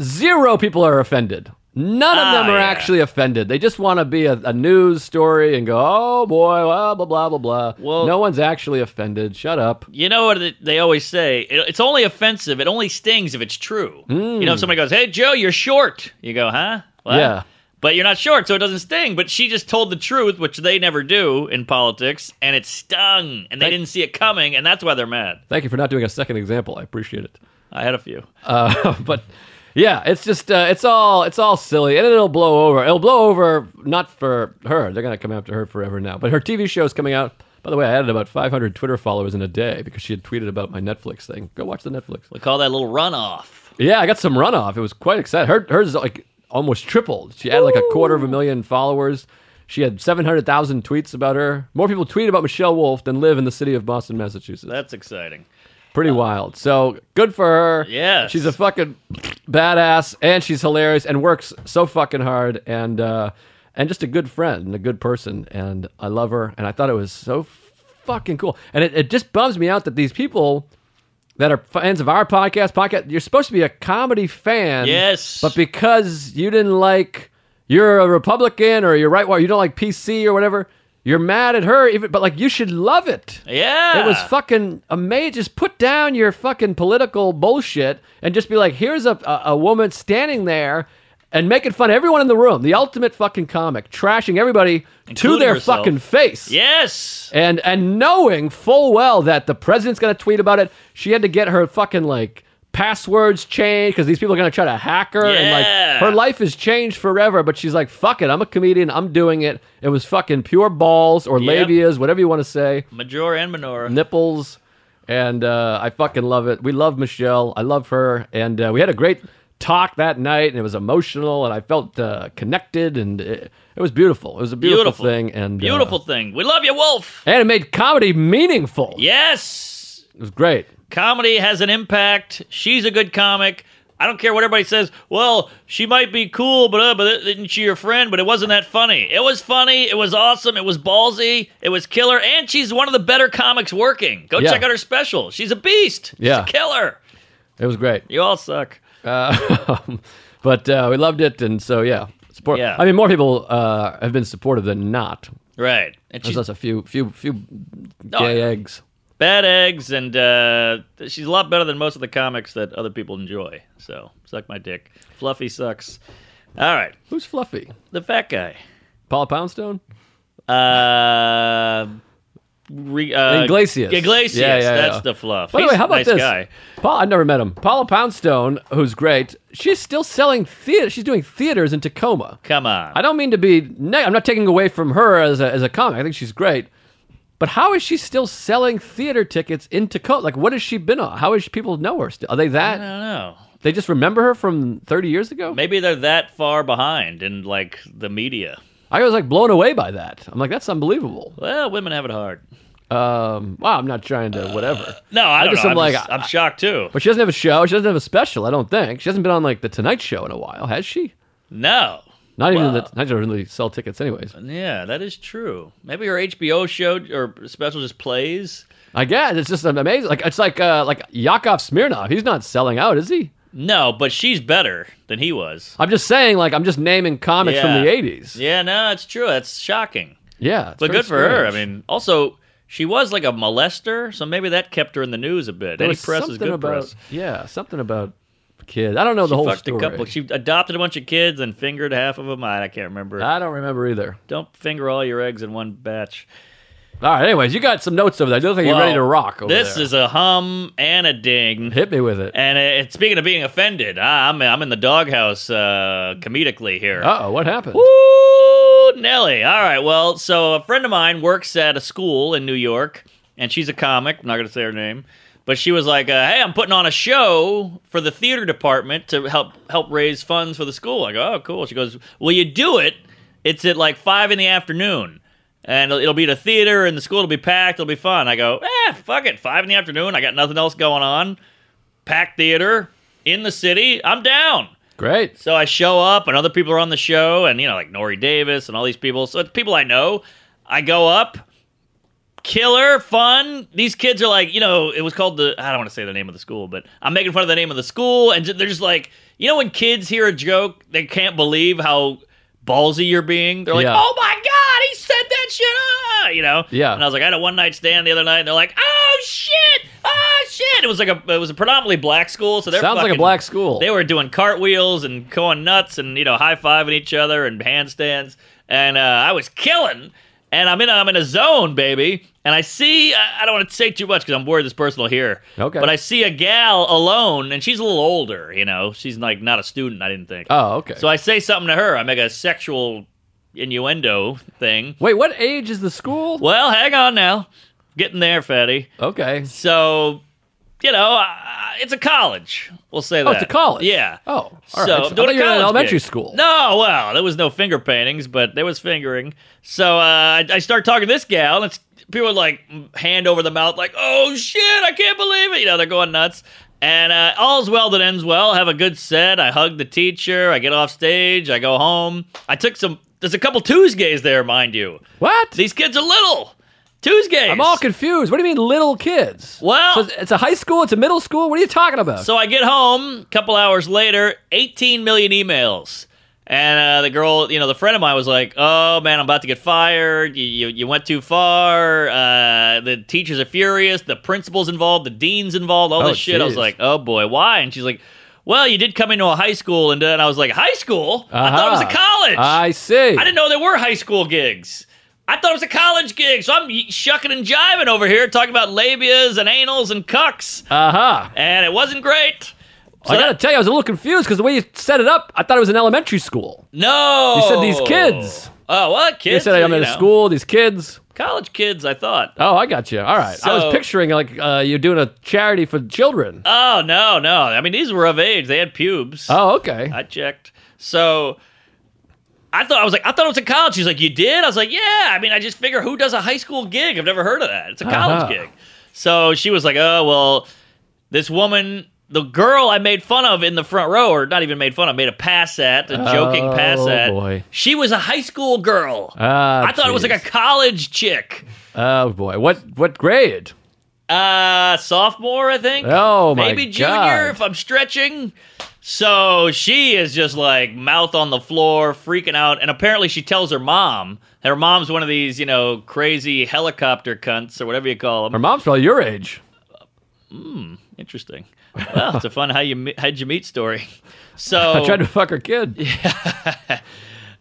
[SPEAKER 2] Zero people are offended. None of
[SPEAKER 3] Ah,
[SPEAKER 2] them are
[SPEAKER 3] yeah.
[SPEAKER 2] actually offended. They just want to be a, a news story and go, oh boy, blah blah blah blah blah.
[SPEAKER 3] Well-
[SPEAKER 2] no one's actually offended. Shut up.
[SPEAKER 3] You know what they- they always say? It- It's only offensive. It only stings if it's true.
[SPEAKER 2] Hmm.
[SPEAKER 3] You know, if somebody goes, "Hey Joe, you're short," you go, "Huh?" What?"
[SPEAKER 2] Yeah.
[SPEAKER 3] But you're not short, so it doesn't sting. But she just told the truth, which they never do in politics, and it stung, and they
[SPEAKER 2] Thank-
[SPEAKER 3] didn't see it coming, and that's why they're mad.
[SPEAKER 2] Thank you for not doing a second example. I appreciate it.
[SPEAKER 3] I had a few.
[SPEAKER 2] Uh, but yeah, it's just uh, it's all it's all silly, and it'll blow over. It'll blow over not for her. They're gonna come after her forever now. But her TV show is coming out. By the way, I added about 500 Twitter followers in a day because she had tweeted about my Netflix thing. Go watch the Netflix.
[SPEAKER 3] We call that a little runoff.
[SPEAKER 2] Yeah, I got some runoff. It was quite exciting. Her, hers like almost tripled. She had like a quarter of a million followers. She had 700,000 tweets about her. More people tweet about Michelle Wolf than live in the city of Boston, Massachusetts.
[SPEAKER 3] That's exciting.
[SPEAKER 2] Pretty wild. So good for her.
[SPEAKER 3] Uh, Yes.
[SPEAKER 2] She's a fucking badass and she's hilarious and works so fucking hard and uh and just a good friend and a good person and I love her and I thought it was so fucking cool. And it, it just bums me out that these people that are fans of our podcast, podcast, you're supposed to be a comedy fan.
[SPEAKER 3] Yes.
[SPEAKER 2] But because you didn't like, you're a Republican or you're right wing, you don't like PC or whatever, you're mad at her. Even, but like, you should love it.
[SPEAKER 3] Yeah.
[SPEAKER 2] It was fucking amazing. Just put down your fucking political bullshit and just be like, here's a, a, a woman standing there and making fun of everyone in the room. The ultimate fucking comic, trashing everybody to
[SPEAKER 3] Including
[SPEAKER 2] their
[SPEAKER 3] herself.
[SPEAKER 2] fucking face.
[SPEAKER 3] Yes.
[SPEAKER 2] And and knowing full well that the president's gonna tweet about it, she had to get her fucking like passwords changed because these people are gonna try to hack her and
[SPEAKER 3] Yeah.
[SPEAKER 2] like her life is changed forever. But she's like, fuck it, I'm a comedian, I'm doing it. It was fucking pure balls or
[SPEAKER 3] Yep.
[SPEAKER 2] labias, whatever you want to say
[SPEAKER 3] Major and minor.
[SPEAKER 2] nipples, and uh, I fucking love it. We love Michelle. I love her, and uh, we had a great talk that night, and it was emotional, and I felt uh, connected, and it, it was beautiful. It was a beautiful,
[SPEAKER 3] Beautiful.
[SPEAKER 2] thing, and uh,
[SPEAKER 3] Beautiful thing. We love you, Wolf.
[SPEAKER 2] and it made comedy meaningful.
[SPEAKER 3] Yes.
[SPEAKER 2] It was great.
[SPEAKER 3] Comedy has an impact. She's a good comic. I don't care what everybody says. Well, she might be cool, but uh, but isn't she your friend? But it wasn't that funny. It was funny. It was awesome. It was ballsy. It was killer. And she's one of the better comics working. Go
[SPEAKER 2] Yeah.
[SPEAKER 3] check out her special. She's a beast. She's
[SPEAKER 2] Yeah.
[SPEAKER 3] a killer.
[SPEAKER 2] It was great.
[SPEAKER 3] You all suck.
[SPEAKER 2] Uh, but uh, we loved it, and so yeah. Support.
[SPEAKER 3] Yeah.
[SPEAKER 2] I mean, more people uh, have been supportive than not.
[SPEAKER 3] Right. And
[SPEAKER 2] There's
[SPEAKER 3] she's
[SPEAKER 2] just a few, few, few gay
[SPEAKER 3] No, I-
[SPEAKER 2] eggs.
[SPEAKER 3] bad eggs, and uh, she's a lot better than most of the comics that other people enjoy. So suck my dick. Fluffy sucks. All right,
[SPEAKER 2] Who's Fluffy?
[SPEAKER 3] the fat guy.
[SPEAKER 2] Paula Poundstone?
[SPEAKER 3] Uh, re, uh,
[SPEAKER 2] Iglesias.
[SPEAKER 3] Iglesias.
[SPEAKER 2] Yeah, yeah,
[SPEAKER 3] that's
[SPEAKER 2] yeah.
[SPEAKER 3] the fluff.
[SPEAKER 2] By the
[SPEAKER 3] He's
[SPEAKER 2] way, how
[SPEAKER 3] a
[SPEAKER 2] about
[SPEAKER 3] nice
[SPEAKER 2] this?
[SPEAKER 3] guy.
[SPEAKER 2] Paul, I've never met him. Paula Poundstone, who's great, she's still selling theater. She's doing theaters in Tacoma.
[SPEAKER 3] Come on.
[SPEAKER 2] I don't mean to be. Neg- I'm not taking away from her as a as a comic. I think she's great, but how is she still selling theater tickets in Tacoma? Like, what has she been on? How is people know her? Still? Are they
[SPEAKER 3] I
[SPEAKER 2] that?
[SPEAKER 3] don't know.
[SPEAKER 2] They just remember her from 30 years ago.
[SPEAKER 3] Maybe they're that far behind in like the media.
[SPEAKER 2] I was like blown away by that. I'm like, that's unbelievable.
[SPEAKER 3] Well, women have it hard.
[SPEAKER 2] Um, wow, I'm not trying to whatever.
[SPEAKER 3] Uh, No, I, don't
[SPEAKER 2] just
[SPEAKER 3] know.
[SPEAKER 2] am
[SPEAKER 3] I'm,
[SPEAKER 2] like,
[SPEAKER 3] just-
[SPEAKER 2] I-
[SPEAKER 3] I'm shocked too.
[SPEAKER 2] But she doesn't have a show. She doesn't have a special. I don't think she hasn't been on like the Tonight Show in a while, has she?
[SPEAKER 3] No.
[SPEAKER 2] Not even
[SPEAKER 3] Wow.
[SPEAKER 2] the Tonight Show doesn't really sell tickets, anyways.
[SPEAKER 3] Yeah, that is true. Maybe her HBO show or special just plays.
[SPEAKER 2] I guess it's just amazing. Like it's like uh, like Yakov Smirnov. He's not selling out, is he?
[SPEAKER 3] No, but she's better than he was.
[SPEAKER 2] I'm just saying. Like I'm just naming comics
[SPEAKER 3] Yeah.
[SPEAKER 2] from the '80s. Yeah,
[SPEAKER 3] Yeah, no, it's true. That's shocking.
[SPEAKER 2] it's
[SPEAKER 3] But
[SPEAKER 2] very
[SPEAKER 3] good for her. I
[SPEAKER 2] strange.
[SPEAKER 3] mean, also she was like a molester, so maybe that kept her in the news a bit.
[SPEAKER 2] There
[SPEAKER 3] Any
[SPEAKER 2] was
[SPEAKER 3] press is
[SPEAKER 2] something
[SPEAKER 3] good
[SPEAKER 2] about,
[SPEAKER 3] press.
[SPEAKER 2] Yeah, something about kids. I don't know the
[SPEAKER 3] She
[SPEAKER 2] whole
[SPEAKER 3] fucked
[SPEAKER 2] story.
[SPEAKER 3] a couple. She adopted a bunch of kids and fingered half of them. I, I can't remember.
[SPEAKER 2] I don't remember either.
[SPEAKER 3] Don't finger all your eggs in one batch.
[SPEAKER 2] All right. Anyways, you got some notes over there. You look like you're ready
[SPEAKER 3] Well,
[SPEAKER 2] to rock. Over
[SPEAKER 3] this
[SPEAKER 2] there.
[SPEAKER 3] is a hum and a ding.
[SPEAKER 2] hit me with it.
[SPEAKER 3] And uh, it, speaking of being offended, I- I'm I'm in the doghouse uh, comedically here.
[SPEAKER 2] Uh oh, what happened?
[SPEAKER 3] Woo, Nelly. All right. Well, so a friend of mine works at a school in New York, and she's a comic. I'm not going to say her name, but she was like, uh, "Hey, I'm putting on a show for the theater department to help help raise funds for the school." I go, "Oh, cool." She goes, "Will you do it? It's at like five in the afternoon." And it'll, it'll be at a theater, and the school will be packed. It'll be fun. I go, eh, fuck it. Five in the afternoon. I got nothing else going on. Packed theater in the city. I'm down.
[SPEAKER 2] Great.
[SPEAKER 3] So I show up, and other people are on the show, and you know, like Nori Davis and all these people. So it's people I know. I go up, killer, fun. These kids are like, you know, it was called the. I don't want to say the name of the school, but I'm making fun of the name of the school, and they're just like, you know, when kids hear a joke, they can't believe how ballsy you're being. They're like,
[SPEAKER 2] Yeah.
[SPEAKER 3] oh my god, he said that shit, ah! you know.
[SPEAKER 2] Yeah.
[SPEAKER 3] And I was like, I had a one night stand the other night, and they're like, oh shit, oh shit. It was like a, it was a predominantly black school, so they're
[SPEAKER 2] Sounds like a
[SPEAKER 3] fucking-
[SPEAKER 2] black school.
[SPEAKER 3] they were doing cartwheels and going nuts and you know high fiving each other and handstands, and uh, I was killing. And I'm in I'm in a zone, baby. And I see I I don't want to say too much because I'm worried this person will hear.
[SPEAKER 2] Okay.
[SPEAKER 3] But I see a gal alone, and she's a little older. You know, she's like not a student. I didn't think.
[SPEAKER 2] oh, okay.
[SPEAKER 3] So I say something to her. I make a sexual innuendo thing.
[SPEAKER 2] Wait, what age is the school?
[SPEAKER 3] Well, hang on now, getting there, fatty.
[SPEAKER 2] Okay.
[SPEAKER 3] So, you know, I- it's a college. We'll say
[SPEAKER 2] Oh,
[SPEAKER 3] that.
[SPEAKER 2] it's a college.
[SPEAKER 3] Yeah.
[SPEAKER 2] Oh, all right.
[SPEAKER 3] So,
[SPEAKER 2] I
[SPEAKER 3] I'm
[SPEAKER 2] thought
[SPEAKER 3] doing a
[SPEAKER 2] you were in
[SPEAKER 3] college
[SPEAKER 2] elementary
[SPEAKER 3] gig.
[SPEAKER 2] school.
[SPEAKER 3] No, well, there was no finger paintings, but there was fingering. So uh, I, I start talking to this gal, and it's, people are like hand over the mouth, like, "Oh shit, I can't believe it!" You know, they're going nuts. And uh, all's well that ends well. Have a good set. I hug the teacher. I get off stage. I go home. I took some. There's a couple Tuesdays there, mind you.
[SPEAKER 2] What?
[SPEAKER 3] These kids are little. Tuesdays.
[SPEAKER 2] I'm all confused. What do you mean, little kids?
[SPEAKER 3] Well-
[SPEAKER 2] So it's- it's a high school. It's a middle school. What are you talking about?
[SPEAKER 3] So I get home a couple hours later, 18 million emails. And uh, the girl, you know, the friend of mine was like, "Oh man, I'm about to get fired. You you, you went too far. Uh, the teachers are furious. The principal's involved. The dean's involved. All
[SPEAKER 2] Oh,
[SPEAKER 3] this shit." I was
[SPEAKER 2] jeez.
[SPEAKER 3] like, "Oh boy, why?" And she's like, "Well, you did come into a high school," and, and I was like, "High school? I thought it was a
[SPEAKER 2] Aha.
[SPEAKER 3] college.
[SPEAKER 2] Uh-huh. I see.
[SPEAKER 3] I didn't know there were high school gigs. I thought it was a college gig. So I'm shucking and jiving over here, talking about labias and anals and cucks."
[SPEAKER 2] Uh-huh.
[SPEAKER 3] and it wasn't great. So
[SPEAKER 2] I gotta
[SPEAKER 3] that-
[SPEAKER 2] tell you, I was a little confused because the way you set it up, I thought it was an elementary school.
[SPEAKER 3] no.
[SPEAKER 2] You said these kids.
[SPEAKER 3] Oh, well,
[SPEAKER 2] You
[SPEAKER 3] kids.
[SPEAKER 2] said I'm
[SPEAKER 3] you
[SPEAKER 2] at a
[SPEAKER 3] know,
[SPEAKER 2] school, these kids.
[SPEAKER 3] College kids, I thought.
[SPEAKER 2] Oh, I got you. All right. I
[SPEAKER 3] So-
[SPEAKER 2] was picturing like uh, you're doing a charity for children.
[SPEAKER 3] Oh, no, no. I mean, these were of age. They had pubes.
[SPEAKER 2] oh, okay.
[SPEAKER 3] I checked. So I thought I was like, I thought it was a college. She's like, you did? I was like, yeah. I mean, I just figure who does a high school gig? I've never heard of that. It's a college
[SPEAKER 2] Uh-huh.
[SPEAKER 3] gig. So she was like, oh well, this woman, the girl I made fun of in the front row, or not even made fun of, made a pass at, a joking pass
[SPEAKER 2] Oh,
[SPEAKER 3] at.
[SPEAKER 2] boy.
[SPEAKER 3] She was a high school girl.
[SPEAKER 2] Ah,
[SPEAKER 3] I thought it was like a
[SPEAKER 2] jeez.
[SPEAKER 3] college chick.
[SPEAKER 2] Oh boy, what what grade?
[SPEAKER 3] Uh, sophomore, I think.
[SPEAKER 2] Oh, my
[SPEAKER 3] Maybe
[SPEAKER 2] God.
[SPEAKER 3] junior if I'm stretching. So she is just like mouth on the floor, freaking out, and apparently she tells her mom. Her mom's one of these, you know, crazy helicopter cunts or whatever you call them.
[SPEAKER 2] Her mom's probably your age.
[SPEAKER 3] Interesting. Well, it's a fun how you me- how'd you meet story. So
[SPEAKER 2] I tried to fuck her kid.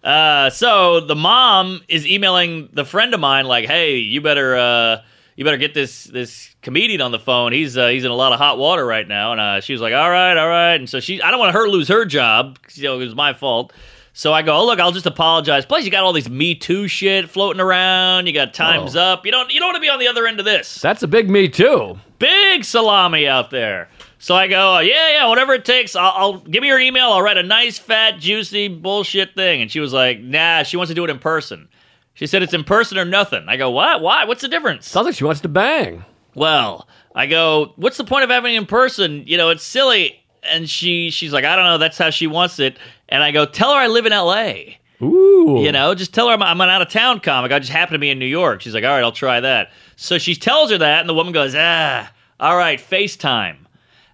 [SPEAKER 3] Uh, so the mom is emailing the friend of mine like, "Hey, you better uh, you better get this this comedian on the phone. He's uh, he's in a lot of hot water right now." And uh, she was like, "All right, all right." And so she, I don't want her to lose her job. 'cause, You know, it was my fault. So I go, oh, "Look, I'll just apologize." Plus, you got all these Me Too shit floating around. You got Times Up. You don't you don't want to be on the other end of this
[SPEAKER 2] That's a big me too.
[SPEAKER 3] big salami out there. So I go, "Oh, yeah, yeah, whatever it takes. I'll, I'll give me your email. I'll write a nice, fat, juicy bullshit thing. And she was like, nah, she wants to do it in person. She said it's in person or nothing. I go, what? Why? What's the difference?
[SPEAKER 2] Sounds like she wants to bang.
[SPEAKER 3] Well, I go, what's the point of having it in person? You know, it's silly. And she she's like, I don't know. That's how she wants it. And I go, tell her I live in L.A.
[SPEAKER 2] Ooh.
[SPEAKER 3] You know, just tell her I'm, I'm an out of town comic. I just happen to be in New York. She's like, all right, I'll try that. So she tells her that, and the woman goes, ah, all right, FaceTime.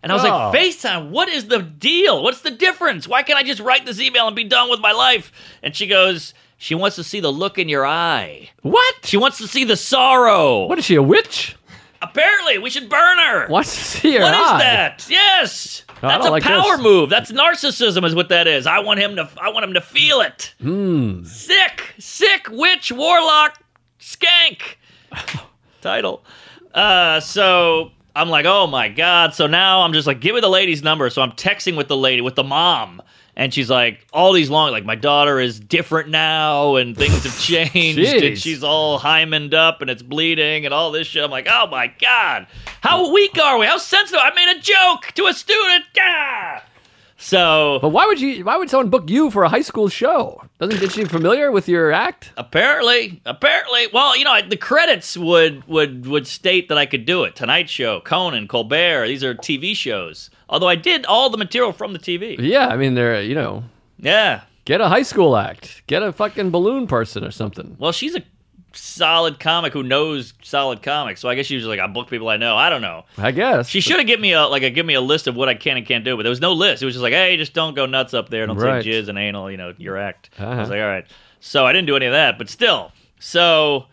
[SPEAKER 3] And I was
[SPEAKER 2] Oh.
[SPEAKER 3] like, FaceTime? What is the deal? What's the difference? Why can't I just write this email and be done with my life? And she goes, she wants to see the look in your eye.
[SPEAKER 2] What?
[SPEAKER 3] She wants to see the sorrow.
[SPEAKER 2] What is she, a witch?
[SPEAKER 3] Apparently, we should burn her.
[SPEAKER 2] What's see her
[SPEAKER 3] What is
[SPEAKER 2] eye?
[SPEAKER 3] that? Yes,
[SPEAKER 2] No, I
[SPEAKER 3] that's
[SPEAKER 2] don't
[SPEAKER 3] a
[SPEAKER 2] like
[SPEAKER 3] power
[SPEAKER 2] this.
[SPEAKER 3] move. That's narcissism, is what that is. I want him to. I want him to feel it.
[SPEAKER 2] Hmm.
[SPEAKER 3] Sick, sick witch, warlock, skank. Title. Uh, so I'm like, oh my god. So now I'm just like, give me the lady's number. So I'm texting with the lady, with the mom. And she's like, all these long, like, my daughter is different now and things have changed. and
[SPEAKER 2] Jeez.
[SPEAKER 3] she's all hymened up and it's bleeding and all this shit. I'm like, oh my God. How weak are we? How sensitive. I made a joke to a student. Ah! So
[SPEAKER 2] But why would you? Why would someone book you for a high school show? Doesn't is she familiar with your act?
[SPEAKER 3] Apparently, apparently. Well, you know, the credits would would would state that I could do it. Tonight Show, Conan, Colbert. These are TV shows. Although I did all the material from the TV.
[SPEAKER 2] Yeah, I mean they're you know
[SPEAKER 3] Yeah.
[SPEAKER 2] get a high school act, get a fucking balloon person or something.
[SPEAKER 3] Well, she's a solid comic who knows solid comics. So I guess she was like, I book people I know. I don't know.
[SPEAKER 2] I guess
[SPEAKER 3] She should have given me a like a give me a list of what I can and can't do, but there was no list. It was just like, hey, just don't go nuts up there. Don't
[SPEAKER 2] Right.
[SPEAKER 3] say jizz and anal. You know, your act. I was
[SPEAKER 2] Uh-huh.
[SPEAKER 3] like, all right. So I didn't do any of that, but still. So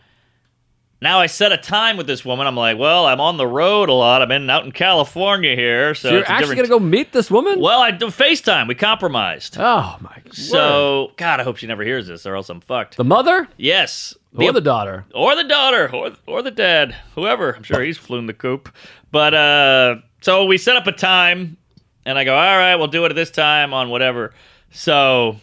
[SPEAKER 3] now I set a time with this woman. I'm like, well, I'm on the road a lot. I'm in out in California here, so,
[SPEAKER 2] So you're
[SPEAKER 3] it's a
[SPEAKER 2] actually
[SPEAKER 3] different-
[SPEAKER 2] gonna go meet this woman?
[SPEAKER 3] Well, I do FaceTime. We compromised.
[SPEAKER 2] Oh my. word.
[SPEAKER 3] so God, I hope she never hears this, or else I'm fucked.
[SPEAKER 2] the mother
[SPEAKER 3] yes.
[SPEAKER 2] or the daughter?
[SPEAKER 3] or the daughter or or the dad, whoever. I'm sure he's flown the coop. But uh, so we set up a time, and I go, all right, we'll do it at this time on whatever. So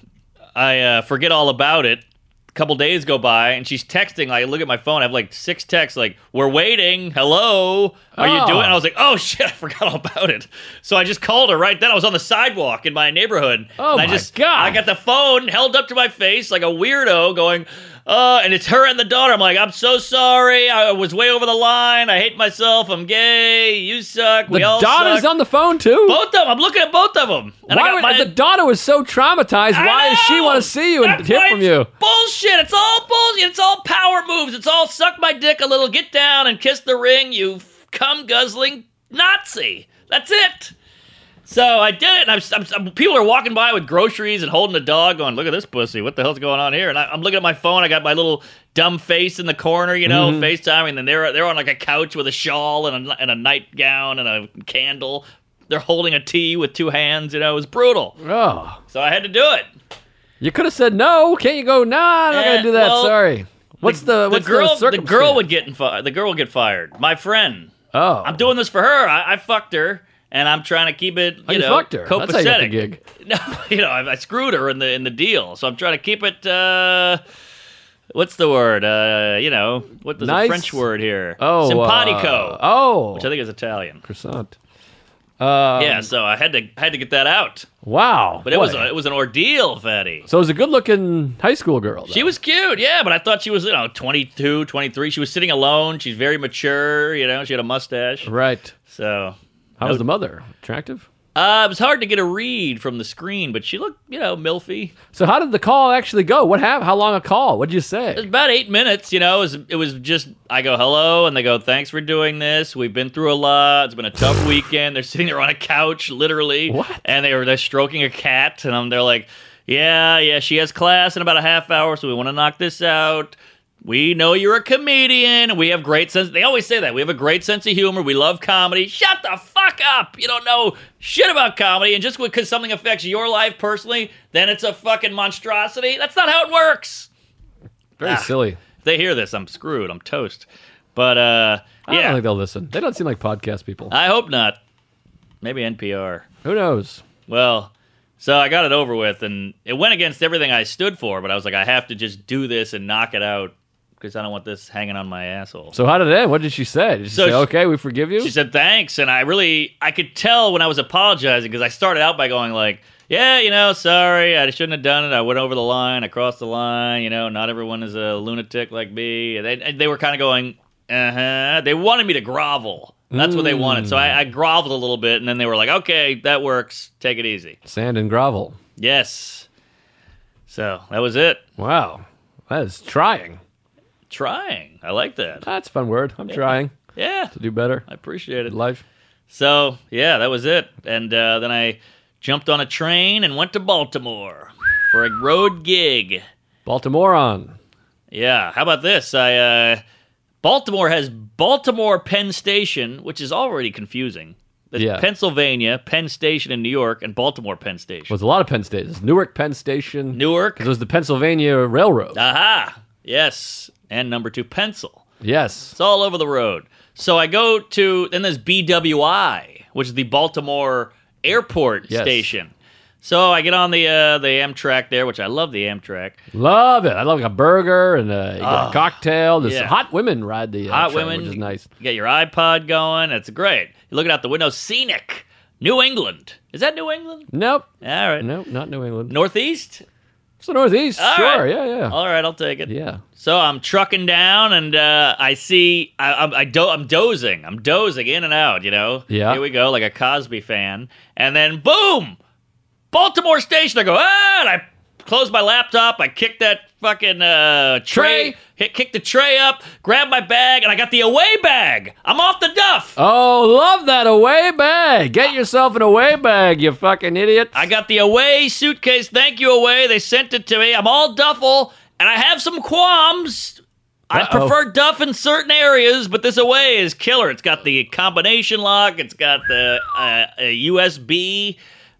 [SPEAKER 3] I uh, forget all about it. A couple days go by, and she's texting. I look at my phone. I have like six texts. Like, we're waiting. Hello, are you
[SPEAKER 2] Oh.
[SPEAKER 3] doing? I was like, oh shit, I forgot all about it. So I just called her right then. I was on the sidewalk in my neighborhood.
[SPEAKER 2] Oh
[SPEAKER 3] and I
[SPEAKER 2] my
[SPEAKER 3] just,
[SPEAKER 2] God.
[SPEAKER 3] I got the phone held up to my face like a weirdo, going, uh, and it's her and the daughter. I'm like, I'm so sorry. I was way over the line. I hate myself. I'm gay. You suck.
[SPEAKER 2] The
[SPEAKER 3] we all
[SPEAKER 2] daughter's
[SPEAKER 3] suck.
[SPEAKER 2] on the phone too.
[SPEAKER 3] both of them. I'm looking at both of them. And I
[SPEAKER 2] why
[SPEAKER 3] got
[SPEAKER 2] would,
[SPEAKER 3] my-
[SPEAKER 2] the daughter was so traumatized?
[SPEAKER 3] I
[SPEAKER 2] Why does she
[SPEAKER 3] know!
[SPEAKER 2] want to see you and
[SPEAKER 3] That's
[SPEAKER 2] hear
[SPEAKER 3] why
[SPEAKER 2] from
[SPEAKER 3] it's
[SPEAKER 2] you?
[SPEAKER 3] Bullshit! It's all bullshit. It's all power moves. It's all suck my dick a little, get down and kiss the ring. You f- cum guzzling Nazi. That's it. So I did it, and I'm, I'm, I'm- people are walking by with groceries and holding a dog, going, "Look at this pussy! What the hell's going on here?" And I, I'm looking at my phone. I got my little dumb face in the corner, you know,
[SPEAKER 2] Mm-hmm.
[SPEAKER 3] FaceTiming. And they're they're on like a couch with a shawl and a, and a nightgown and a candle. They're holding a tea with two hands. You know, it was brutal.
[SPEAKER 2] Oh,
[SPEAKER 3] So I had to do it.
[SPEAKER 2] you could have said no. Can't you go? Nah, I'm not
[SPEAKER 3] Eh,
[SPEAKER 2] gonna do that.
[SPEAKER 3] well,
[SPEAKER 2] Sorry. What's the, what's
[SPEAKER 3] the girl?
[SPEAKER 2] The,
[SPEAKER 3] the
[SPEAKER 2] circumstance?
[SPEAKER 3] girl would get in fi- the girl would get fired. My friend.
[SPEAKER 2] Oh,
[SPEAKER 3] I'm doing this for her. I, I fucked her, and I'm trying to keep it. You,
[SPEAKER 2] Oh, you
[SPEAKER 3] know,
[SPEAKER 2] fucked her. That's how you got the
[SPEAKER 3] copacetic.
[SPEAKER 2] gig.
[SPEAKER 3] No, you know, I, I screwed her in the in the deal, so I'm trying to keep it. Uh, what's the word? Uh, you know, what is
[SPEAKER 2] Nice?
[SPEAKER 3] the French word here?
[SPEAKER 2] Oh, uh,
[SPEAKER 3] simpatico,
[SPEAKER 2] oh,
[SPEAKER 3] which I think is Italian.
[SPEAKER 2] croissant.
[SPEAKER 3] yeah, so I had to I had to get that out,
[SPEAKER 2] Wow.
[SPEAKER 3] but it
[SPEAKER 2] what
[SPEAKER 3] was
[SPEAKER 2] a-
[SPEAKER 3] a, it was an ordeal, fatty.
[SPEAKER 2] so it was a good-looking high school girl. though.
[SPEAKER 3] She was cute, yeah, but I thought she was, you know, 22, 23. She was sitting alone. She's very mature, you know, she had a mustache.
[SPEAKER 2] right.
[SPEAKER 3] So,
[SPEAKER 2] How was the mother? Attractive.
[SPEAKER 3] uh, it was hard to get a read from the screen, but she looked, you know, milfy.
[SPEAKER 2] So how did the call actually go? What happened? How long a call? What did you
[SPEAKER 3] It was
[SPEAKER 2] say?
[SPEAKER 3] about eight minutes, you know, it was, it was just, I go, hello, and they go, thanks for doing this. We've been through a lot. It's been a tough weekend. They're sitting there on a couch, literally.
[SPEAKER 2] What?
[SPEAKER 3] And they were, they're stroking a cat, and I'm, they're like, yeah, yeah, she has class in about a half hour, so we want to knock this out. We know you're a comedian. We have great sense. They always say that. We have a great sense of humor. We love comedy. Shut the fuck up. You don't know shit about comedy. And just because something affects your life personally, then it's a fucking monstrosity. That's not how it works.
[SPEAKER 2] Very
[SPEAKER 3] ah.
[SPEAKER 2] silly.
[SPEAKER 3] If they hear this, I'm screwed. I'm toast. But uh,
[SPEAKER 2] I don't
[SPEAKER 3] yeah,
[SPEAKER 2] think they'll listen. They don't seem like podcast people.
[SPEAKER 3] I hope not. Maybe NPR.
[SPEAKER 2] Who knows?
[SPEAKER 3] Well, so I got it over with, and it went against everything I stood for. But I was like, I have to just do this and knock it out because I don't want this hanging on my asshole.
[SPEAKER 2] So how did it end? What did she say? Did she
[SPEAKER 3] So
[SPEAKER 2] say,
[SPEAKER 3] she-
[SPEAKER 2] "Okay, we forgive you"?
[SPEAKER 3] She said thanks, and I really I could tell when I was apologizing because I started out by going like, yeah, you know, sorry, I shouldn't have done it. I went over the line, I crossed the line. You know, not everyone is a lunatic like me. And they, and they were kind of going, uh huh. They wanted me to grovel. That's what they wanted. So I, I groveled a little bit, and then they were like, okay, that works. Take it easy.
[SPEAKER 2] Sand and gravel.
[SPEAKER 3] Yes. So that was it.
[SPEAKER 2] Wow, that is trying.
[SPEAKER 3] Trying. I like that.
[SPEAKER 2] That's a fun word. I'm trying
[SPEAKER 3] Yeah.
[SPEAKER 2] to do better.
[SPEAKER 3] I appreciate it.
[SPEAKER 2] in Life.
[SPEAKER 3] So yeah, that was it. And uh, then I jumped on a train and went to Baltimore for a road gig.
[SPEAKER 2] Baltimore on.
[SPEAKER 3] Yeah, how about this? I uh, Baltimore has Baltimore Penn Station, which is already confusing. There's
[SPEAKER 2] Yeah.
[SPEAKER 3] Pennsylvania Penn Station in New York and Baltimore Penn Station.
[SPEAKER 2] Was a lot of Penn States. Newark Penn Station.
[SPEAKER 3] Newark.
[SPEAKER 2] It was the Pennsylvania Railroad.
[SPEAKER 3] Aha. Yes. And number two, pencil.
[SPEAKER 2] yes.
[SPEAKER 3] It's all over the road. So I go to then there's BWI, which is the Baltimore Airport
[SPEAKER 2] Yes.
[SPEAKER 3] station. So I get on the uh, the Amtrak there, which I love the Amtrak.
[SPEAKER 2] Love it. I love a burger and a, you got a cocktail. There's
[SPEAKER 3] Ah, yeah.
[SPEAKER 2] hot women ride the uh,
[SPEAKER 3] Hot
[SPEAKER 2] train,
[SPEAKER 3] women,
[SPEAKER 2] which is nice.
[SPEAKER 3] You got your iPod going. That's great. You're looking out the window, scenic New England. Is that New England?
[SPEAKER 2] Nope.
[SPEAKER 3] All right,
[SPEAKER 2] Nope. Not New England.
[SPEAKER 3] Northeast.
[SPEAKER 2] It's the Northeast.
[SPEAKER 3] All
[SPEAKER 2] sure.
[SPEAKER 3] right.
[SPEAKER 2] Yeah. Yeah.
[SPEAKER 3] All right, I'll take it.
[SPEAKER 2] yeah.
[SPEAKER 3] So I'm trucking down, and uh, I see I, I'm I do, I'm dozing, I'm dozing in and out. You know,
[SPEAKER 2] Yeah.
[SPEAKER 3] Here we go, like a Cosby fan, and then boom, Baltimore station. I go ah, and I close my laptop. I kick that fucking uh, tray,
[SPEAKER 2] Tray.
[SPEAKER 3] hit, kick the tray up, grab my bag, and I got the away bag. I'm off the duff.
[SPEAKER 2] Oh, love that away bag. Get yourself an away bag, you fucking idiot.
[SPEAKER 3] I got the away suitcase. Thank you, away. They sent it to me. I'm all duffel, and I have some qualms. I
[SPEAKER 2] Uh-oh.
[SPEAKER 3] prefer duff in certain areas, but this away is killer. It's got the combination lock. It's got the uh, a USB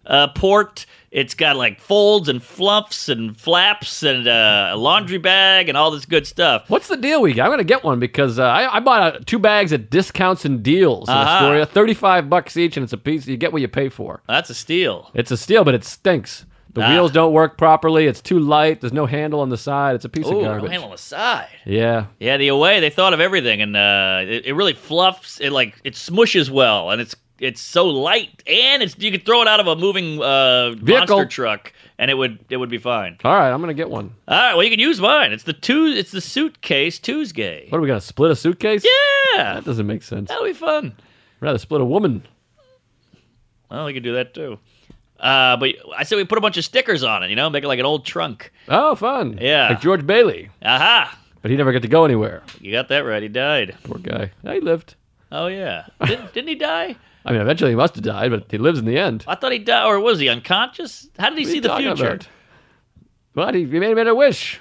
[SPEAKER 3] uh, port. It's got like folds and fluffs and flaps and uh, a laundry bag and all this good stuff.
[SPEAKER 2] What's the deal we got? I'm gonna get one because uh, I, I bought uh, two bags at discounts and deals in
[SPEAKER 3] Uh-huh.
[SPEAKER 2] Astoria, thirty-five bucks each, and it's a piece. You get what you pay for.
[SPEAKER 3] That's a steal.
[SPEAKER 2] It's a steal, but it stinks. The
[SPEAKER 3] Ah.
[SPEAKER 2] wheels don't work properly. It's too light. There's no handle on the side. It's a piece
[SPEAKER 3] Ooh,
[SPEAKER 2] of
[SPEAKER 3] no
[SPEAKER 2] garbage.
[SPEAKER 3] handle aside.
[SPEAKER 2] Yeah,
[SPEAKER 3] Yeah, the away they thought of everything, and uh, it, it really fluffs. It like it smushes well, and it's it's so light, and it's you can throw it out of a moving uh,
[SPEAKER 2] Vehicle.
[SPEAKER 3] monster truck, and it would it would be fine.
[SPEAKER 2] All right, I'm gonna get one.
[SPEAKER 3] All right, well you can use mine. It's the two. It's the suitcase Tuesday.
[SPEAKER 2] What are we gonna split a suitcase?
[SPEAKER 3] Yeah,
[SPEAKER 2] That doesn't make sense. I'd
[SPEAKER 3] that'll be fun.
[SPEAKER 2] rather split a woman.
[SPEAKER 3] Well, we could do that too. Uh, but I said we put a bunch of stickers on it. You know, make it like an old trunk.
[SPEAKER 2] Oh, fun.
[SPEAKER 3] Yeah.
[SPEAKER 2] Like George Bailey.
[SPEAKER 3] Aha!
[SPEAKER 2] But he never got to go anywhere.
[SPEAKER 3] You got that right. He died.
[SPEAKER 2] Poor guy. Yeah, he lived.
[SPEAKER 3] Oh yeah. Did, didn't he die?
[SPEAKER 2] I mean, eventually he must have died, but he lives in the end.
[SPEAKER 3] I thought he died, or was he unconscious? How did he see the future?
[SPEAKER 2] But he, he made, made a wish.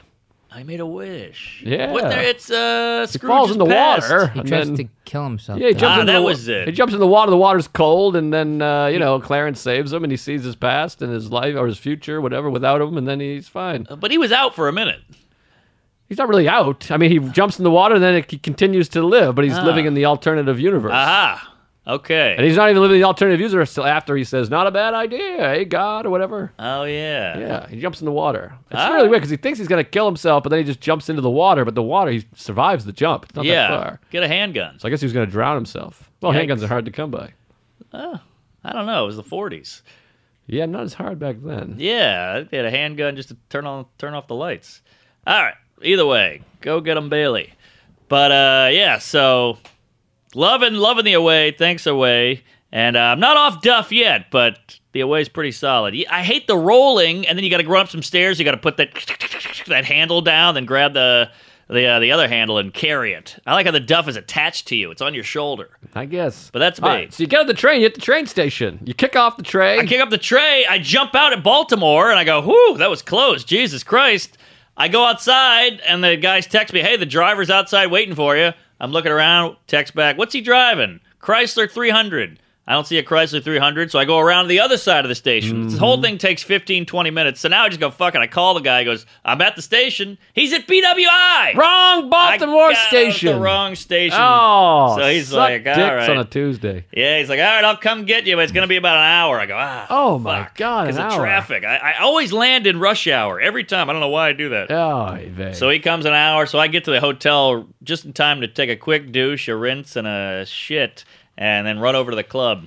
[SPEAKER 3] I made a wish.
[SPEAKER 2] Yeah.
[SPEAKER 3] What there? It's uh.
[SPEAKER 2] He falls in the
[SPEAKER 3] past.
[SPEAKER 2] water.
[SPEAKER 5] He
[SPEAKER 2] and
[SPEAKER 5] tries
[SPEAKER 2] then-
[SPEAKER 5] to kill himself.
[SPEAKER 2] yeah, he
[SPEAKER 5] though.
[SPEAKER 2] jumps
[SPEAKER 3] Ah,
[SPEAKER 2] in the
[SPEAKER 3] that
[SPEAKER 2] wa-
[SPEAKER 3] was it.
[SPEAKER 2] He jumps in the water. The water's cold, and then uh, you know Clarence saves him, and he sees his past and his life or his future, whatever, without him, and then he's fine.
[SPEAKER 3] Uh, But he was out for a minute.
[SPEAKER 2] He's not really out. I mean, he jumps in the water, and then it, he continues to live, but he's
[SPEAKER 3] Ah.
[SPEAKER 2] living in the alternative universe.
[SPEAKER 3] Aha. Okay.
[SPEAKER 2] And he's not even living in the alternative universe till after he says, "Not a bad idea, hey God," or whatever.
[SPEAKER 3] oh yeah.
[SPEAKER 2] Yeah, he jumps in the water. It's
[SPEAKER 3] Ah.
[SPEAKER 2] really weird because he thinks he's gonna kill himself, but then he just jumps into the water. But the water, he survives the jump. It's not that
[SPEAKER 3] Yeah.
[SPEAKER 2] far.
[SPEAKER 3] Get a handgun.
[SPEAKER 2] So I guess he was gonna drown himself. Well,
[SPEAKER 3] Yikes.
[SPEAKER 2] handguns are hard to come by.
[SPEAKER 3] I don't know. It was the 40s.
[SPEAKER 2] Yeah, not as hard back then.
[SPEAKER 3] Yeah, I think they had a handgun just to turn on turn off the lights. All right. Either way, go get him, Bailey. But uh, yeah, so loving loving the away. Thanks away. And uh, I'm not off Duff yet, but the away's pretty solid. Y- I hate the rolling, and then you got to run up some stairs. You got to put that that handle down, then grab the the uh, the other handle and carry it. I like how the Duff is attached to you. It's on your shoulder.
[SPEAKER 2] I guess.
[SPEAKER 3] But that's me.
[SPEAKER 2] All right, so you get on the train. You hit the train station. You kick off the
[SPEAKER 3] I
[SPEAKER 2] train.
[SPEAKER 3] kick up the tray. I jump out at Baltimore and I go, whew, that was close. Jesus Christ. I go outside and the guys text me, hey, the driver's outside waiting for you. I'm looking around, text back, what's he driving? Chrysler 300. I don't see a Chrysler 300, so I go around to the other side of the station. This
[SPEAKER 2] Mm.
[SPEAKER 3] whole thing takes 15, 20 minutes. So now I just go, fuck it. I call the guy. He goes, I'm at the station. He's at BWI.
[SPEAKER 2] wrong
[SPEAKER 3] I
[SPEAKER 2] Baltimore
[SPEAKER 3] got off
[SPEAKER 2] station.
[SPEAKER 3] The wrong station.
[SPEAKER 2] Oh,
[SPEAKER 3] So he's
[SPEAKER 2] suck
[SPEAKER 3] like, all
[SPEAKER 2] dicks
[SPEAKER 3] right.
[SPEAKER 2] on a Tuesday.
[SPEAKER 3] Yeah, he's like, all right, I'll come get you, but it's gonna be about an hour. I go, ah.
[SPEAKER 2] Oh, my
[SPEAKER 3] fuck,
[SPEAKER 2] God, an
[SPEAKER 3] of
[SPEAKER 2] hour.
[SPEAKER 3] traffic. I, I always land in rush hour every time. I don't know why I do that.
[SPEAKER 2] Oh, Vay.
[SPEAKER 3] So he comes an hour, so I get to the hotel just in time to take a quick douche, a rinse, and a shit, and then run over to the club.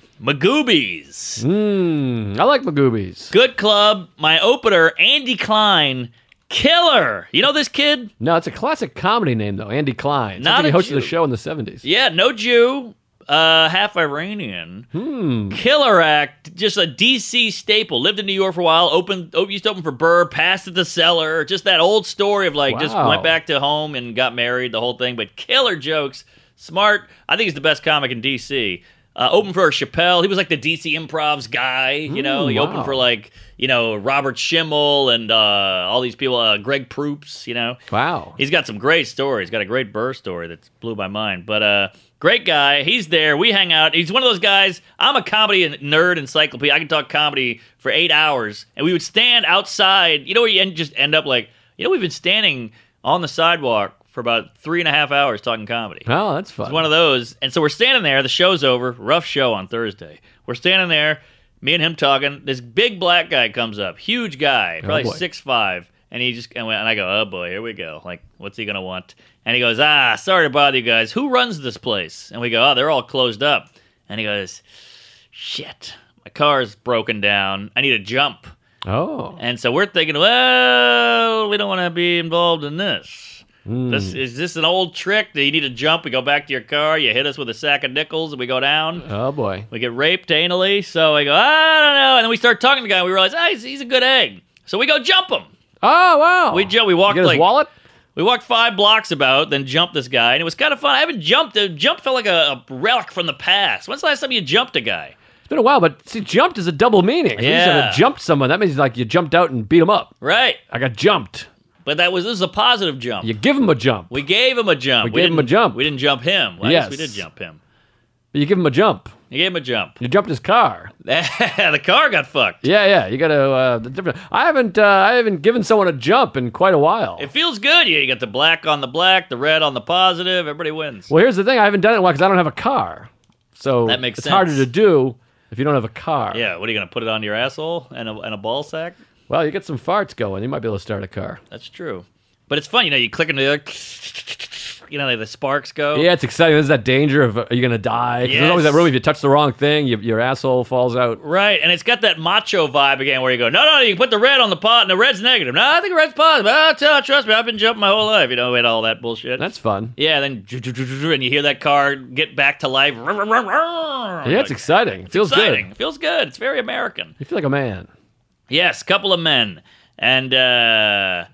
[SPEAKER 3] Magoobies,
[SPEAKER 2] Mm, I like Magoobies.
[SPEAKER 3] good club. My opener, Andy Klein, killer. You know this kid?
[SPEAKER 2] No, it's a classic comedy name though. Andy Klein. Sounds
[SPEAKER 3] Not
[SPEAKER 2] like he
[SPEAKER 3] a
[SPEAKER 2] hosted the
[SPEAKER 3] Jew.
[SPEAKER 2] show in the seventies.
[SPEAKER 3] Yeah, no Jew, uh, half Iranian.
[SPEAKER 2] Hmm.
[SPEAKER 3] Killer act, just a DC staple. Lived in New York for a while. Opened, op- used to open for Burr. Passed at the cellar. Just that old story of like, just
[SPEAKER 2] Wow.
[SPEAKER 3] went back to home and got married. The whole thing, but killer jokes. Smart. I think he's the best comic in DC. Uh, opened for Chappelle. He was like the DC Improv's guy. You know, he
[SPEAKER 2] Hmm, wow.
[SPEAKER 3] opened for like you know Robert Schimmel and uh, all these people. Uh, Greg Proops. You know.
[SPEAKER 2] Wow.
[SPEAKER 3] He's got some great stories. He's got a great Burr story that blew my mind. But uh, great guy. He's there. We hang out. He's one of those guys. I'm a comedy and- nerd encyclopedia. I can talk comedy for eight hours, and we would stand outside. You know where you end, just end up like, you know, we've been standing on the sidewalk for about three and a half hours talking comedy.
[SPEAKER 2] Oh, that's fun.
[SPEAKER 3] It's one of those. And so we're standing there. The show's over. Rough show on Thursday. We're standing there, me and him talking. This big black guy comes up, huge guy, probably
[SPEAKER 2] boy.
[SPEAKER 3] six five, and he just and, we- and I go, oh boy, here we go. Like, what's he gonna want? And he goes, ah, sorry to bother you guys. Who runs this place? And we go, oh, they're all closed up. And he goes, shit, my car's broken down. I need a jump.
[SPEAKER 2] oh.
[SPEAKER 3] And so we're thinking, well, we don't want to be involved in this.
[SPEAKER 2] Hmm.
[SPEAKER 3] This is this an old trick? Do you need to jump? We go back to your car. You hit us with a sack of nickels, and we go down.
[SPEAKER 2] Oh boy.
[SPEAKER 3] We get raped anally. So I go, I don't know. And then we start talking to the guy. And we realize, ah, he's, he's a good egg. So we go jump him.
[SPEAKER 2] Oh wow.
[SPEAKER 3] We jump. We
[SPEAKER 2] You
[SPEAKER 3] walked
[SPEAKER 2] get his
[SPEAKER 3] like
[SPEAKER 2] wallet?
[SPEAKER 3] we walked five blocks about, then jumped this guy, and it was kind of fun. I haven't jumped. A jump felt like a, a relic from the past. When's the last time you jumped a guy?
[SPEAKER 2] It's been a while, but see, jumped is a double meaning. If You
[SPEAKER 3] Yeah.
[SPEAKER 2] said jumped someone. That means like you jumped out and beat him up.
[SPEAKER 3] Right.
[SPEAKER 2] I got jumped.
[SPEAKER 3] But that was this is a positive jump.
[SPEAKER 2] You give him a jump.
[SPEAKER 3] We gave him a jump.
[SPEAKER 2] We gave him a
[SPEAKER 3] didn't-
[SPEAKER 2] jump.
[SPEAKER 3] We didn't jump him. Well, I guess we
[SPEAKER 2] Yes.
[SPEAKER 3] did jump him.
[SPEAKER 2] you give him a jump.
[SPEAKER 3] You gave him a jump.
[SPEAKER 2] You jumped his car.
[SPEAKER 3] the car got fucked.
[SPEAKER 2] Yeah, yeah. You got to. Uh, the different. I haven't. Uh, I haven't given someone a jump in quite a while.
[SPEAKER 3] It feels good. You you got the black on the black, the red on the positive. Everybody wins.
[SPEAKER 2] well, here's the thing. I haven't done it in a while because I don't have a car. So
[SPEAKER 3] That makes
[SPEAKER 2] it's harder
[SPEAKER 3] sense.
[SPEAKER 2] to do if you don't have a car.
[SPEAKER 3] Yeah, what are you going to put it onto your asshole and a, and a ball sack?
[SPEAKER 2] Well, you get some farts going. You might be able to start a car.
[SPEAKER 3] That's true. But it's fun. You know, you click into the other, you know, the sparks go.
[SPEAKER 2] Yeah, it's exciting. There's that danger of uh, are you gonna die? 'Cause There's always that
[SPEAKER 3] Yes.
[SPEAKER 2] room if you touch the wrong thing, you, your asshole falls out.
[SPEAKER 3] Right, and it's got that macho vibe again, where you go, no, no, you put the red on the pot, and the red's negative. No, I think the red's positive. Ah, t- trust me, I've been jumping my whole life, you know, and all that bullshit.
[SPEAKER 2] That's fun.
[SPEAKER 3] yeah, then and you hear that car get back to life. Yeah,
[SPEAKER 2] Yeah, it's exciting. It feels
[SPEAKER 3] Oh exciting.
[SPEAKER 2] good.
[SPEAKER 3] It feels good. It's very American.
[SPEAKER 2] You feel like a man.
[SPEAKER 3] Yes, couple of men, and uh,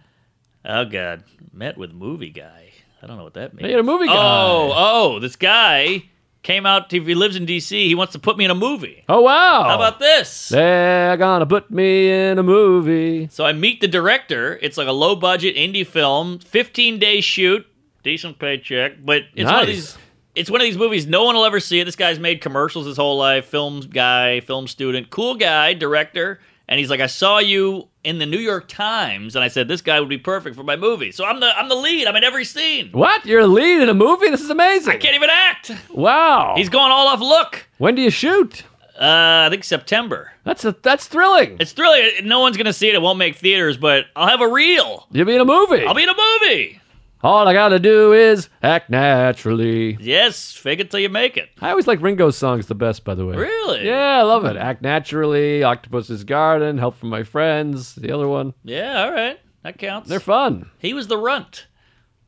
[SPEAKER 3] oh god, met with movie guy. I don't know what that means.
[SPEAKER 2] Hey, you're a movie guy.
[SPEAKER 3] Oh, oh, this guy came out. If he lives in D.C., he wants to put me in a movie.
[SPEAKER 2] Oh wow!
[SPEAKER 3] How about this?
[SPEAKER 2] They're gonna put me in a movie.
[SPEAKER 3] So I meet the director. It's like a low budget indie film, 15 day shoot, decent paycheck, but it's one
[SPEAKER 2] Nice.
[SPEAKER 3] of these it's one of these movies no one will ever see. it. This guy's made commercials his whole life, film guy, film student, cool guy, director, and he's like I saw you in the New York Times and I said this guy would be perfect for my movie. So I'm the I'm the lead. I'm in every scene.
[SPEAKER 2] What? You're a lead in a movie? This is amazing.
[SPEAKER 3] Can't even act.
[SPEAKER 2] Wow.
[SPEAKER 3] He's going all off look.
[SPEAKER 2] when do you shoot?
[SPEAKER 3] Uh, I think September.
[SPEAKER 2] That's a, that's thrilling.
[SPEAKER 3] It's thrilling. No one's gonna see it. It won't make theaters, but I'll have a reel.
[SPEAKER 2] You'll be in a movie.
[SPEAKER 3] I'll be in a movie.
[SPEAKER 2] All I gotta do is act naturally.
[SPEAKER 3] Yes, fake it till you make it.
[SPEAKER 2] I always like Ringo's songs the best, by the way.
[SPEAKER 3] Really?
[SPEAKER 2] Yeah, I love it. Act naturally, Octopus's Garden, Help from My Friends, the other one.
[SPEAKER 3] Yeah, all right. That counts.
[SPEAKER 2] They're fun.
[SPEAKER 3] he was the runt.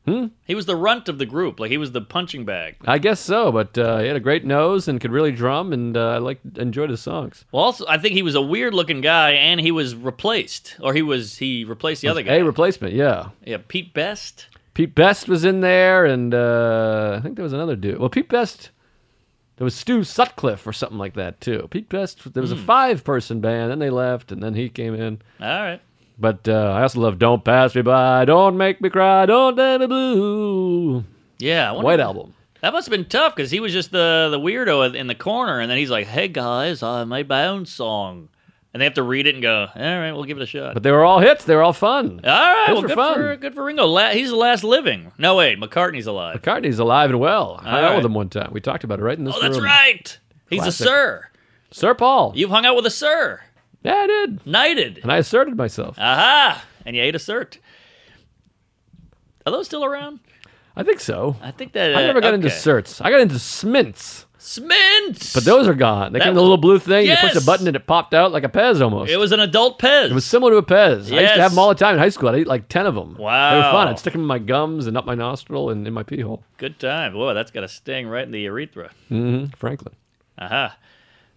[SPEAKER 3] Hmm? He was the runt of the group. Like, he was the punching bag.
[SPEAKER 2] I guess so, but uh, he had a great nose and could really drum, and uh, I liked enjoyed his songs.
[SPEAKER 3] Well, also, I think he was a weird looking guy, and he was replaced. Or he was, he replaced the other guy.
[SPEAKER 2] Hey, replacement, yeah.
[SPEAKER 3] yeah, Pete Best.
[SPEAKER 2] Pete Best was in there, and uh, I think there was another dude. Well, Pete Best, there was Stu Sutcliffe or something like that too. Pete Best, there was
[SPEAKER 3] Hmm.
[SPEAKER 2] a five-person band, then they left, and then he came in.
[SPEAKER 3] All right.
[SPEAKER 2] But uh, I also love "Don't Pass Me By," "Don't Make Me Cry," "Don't Let Me Blue,"
[SPEAKER 3] Yeah. I wonder-
[SPEAKER 2] White Album.
[SPEAKER 3] That must have been tough because he was just the, the weirdo in the corner, and then he's like, hey, guys, I made my own song. And they have to read it and go, all right, we'll give it a shot.
[SPEAKER 2] But they were all hits. They were all fun.
[SPEAKER 3] all right,
[SPEAKER 2] those
[SPEAKER 3] well,
[SPEAKER 2] were
[SPEAKER 3] good,
[SPEAKER 2] fun.
[SPEAKER 3] For, good for Ringo. La- he's the last living. No, wait, McCartney's alive.
[SPEAKER 2] McCartney's alive and well. I hung out
[SPEAKER 3] right.
[SPEAKER 2] with him one time. We talked about it right in this
[SPEAKER 3] Oh,
[SPEAKER 2] room.
[SPEAKER 3] that's right. He's
[SPEAKER 2] Classic.
[SPEAKER 3] a sir.
[SPEAKER 2] Sir Paul.
[SPEAKER 3] You've hung out with a sir.
[SPEAKER 2] yeah, I did.
[SPEAKER 3] Knighted.
[SPEAKER 2] And I asserted myself.
[SPEAKER 3] Aha! And you ate a cert. Are those still around?
[SPEAKER 2] I think so.
[SPEAKER 3] I think that.
[SPEAKER 2] I
[SPEAKER 3] uh,
[SPEAKER 2] never got into
[SPEAKER 3] okay.
[SPEAKER 2] certs. I got into smints.
[SPEAKER 3] Smints!
[SPEAKER 2] But those are gone. They
[SPEAKER 3] That
[SPEAKER 2] came in a
[SPEAKER 3] was-
[SPEAKER 2] little blue thing. You pushed
[SPEAKER 3] Yes!
[SPEAKER 2] a button and it popped out like a Pez almost.
[SPEAKER 3] It was an adult Pez.
[SPEAKER 2] It was similar to a Pez. I used
[SPEAKER 3] Yes.
[SPEAKER 2] to have them all the time in high school. I'd eat like 10 of them. They were
[SPEAKER 3] Wow.
[SPEAKER 2] fun. I'd stick them in my gums and up my nostril and in my pee hole.
[SPEAKER 3] Good time. Whoa, that's got a sting right in the urethra.
[SPEAKER 2] hmm
[SPEAKER 3] Mm-hmm.
[SPEAKER 2] Franklin.
[SPEAKER 3] Aha.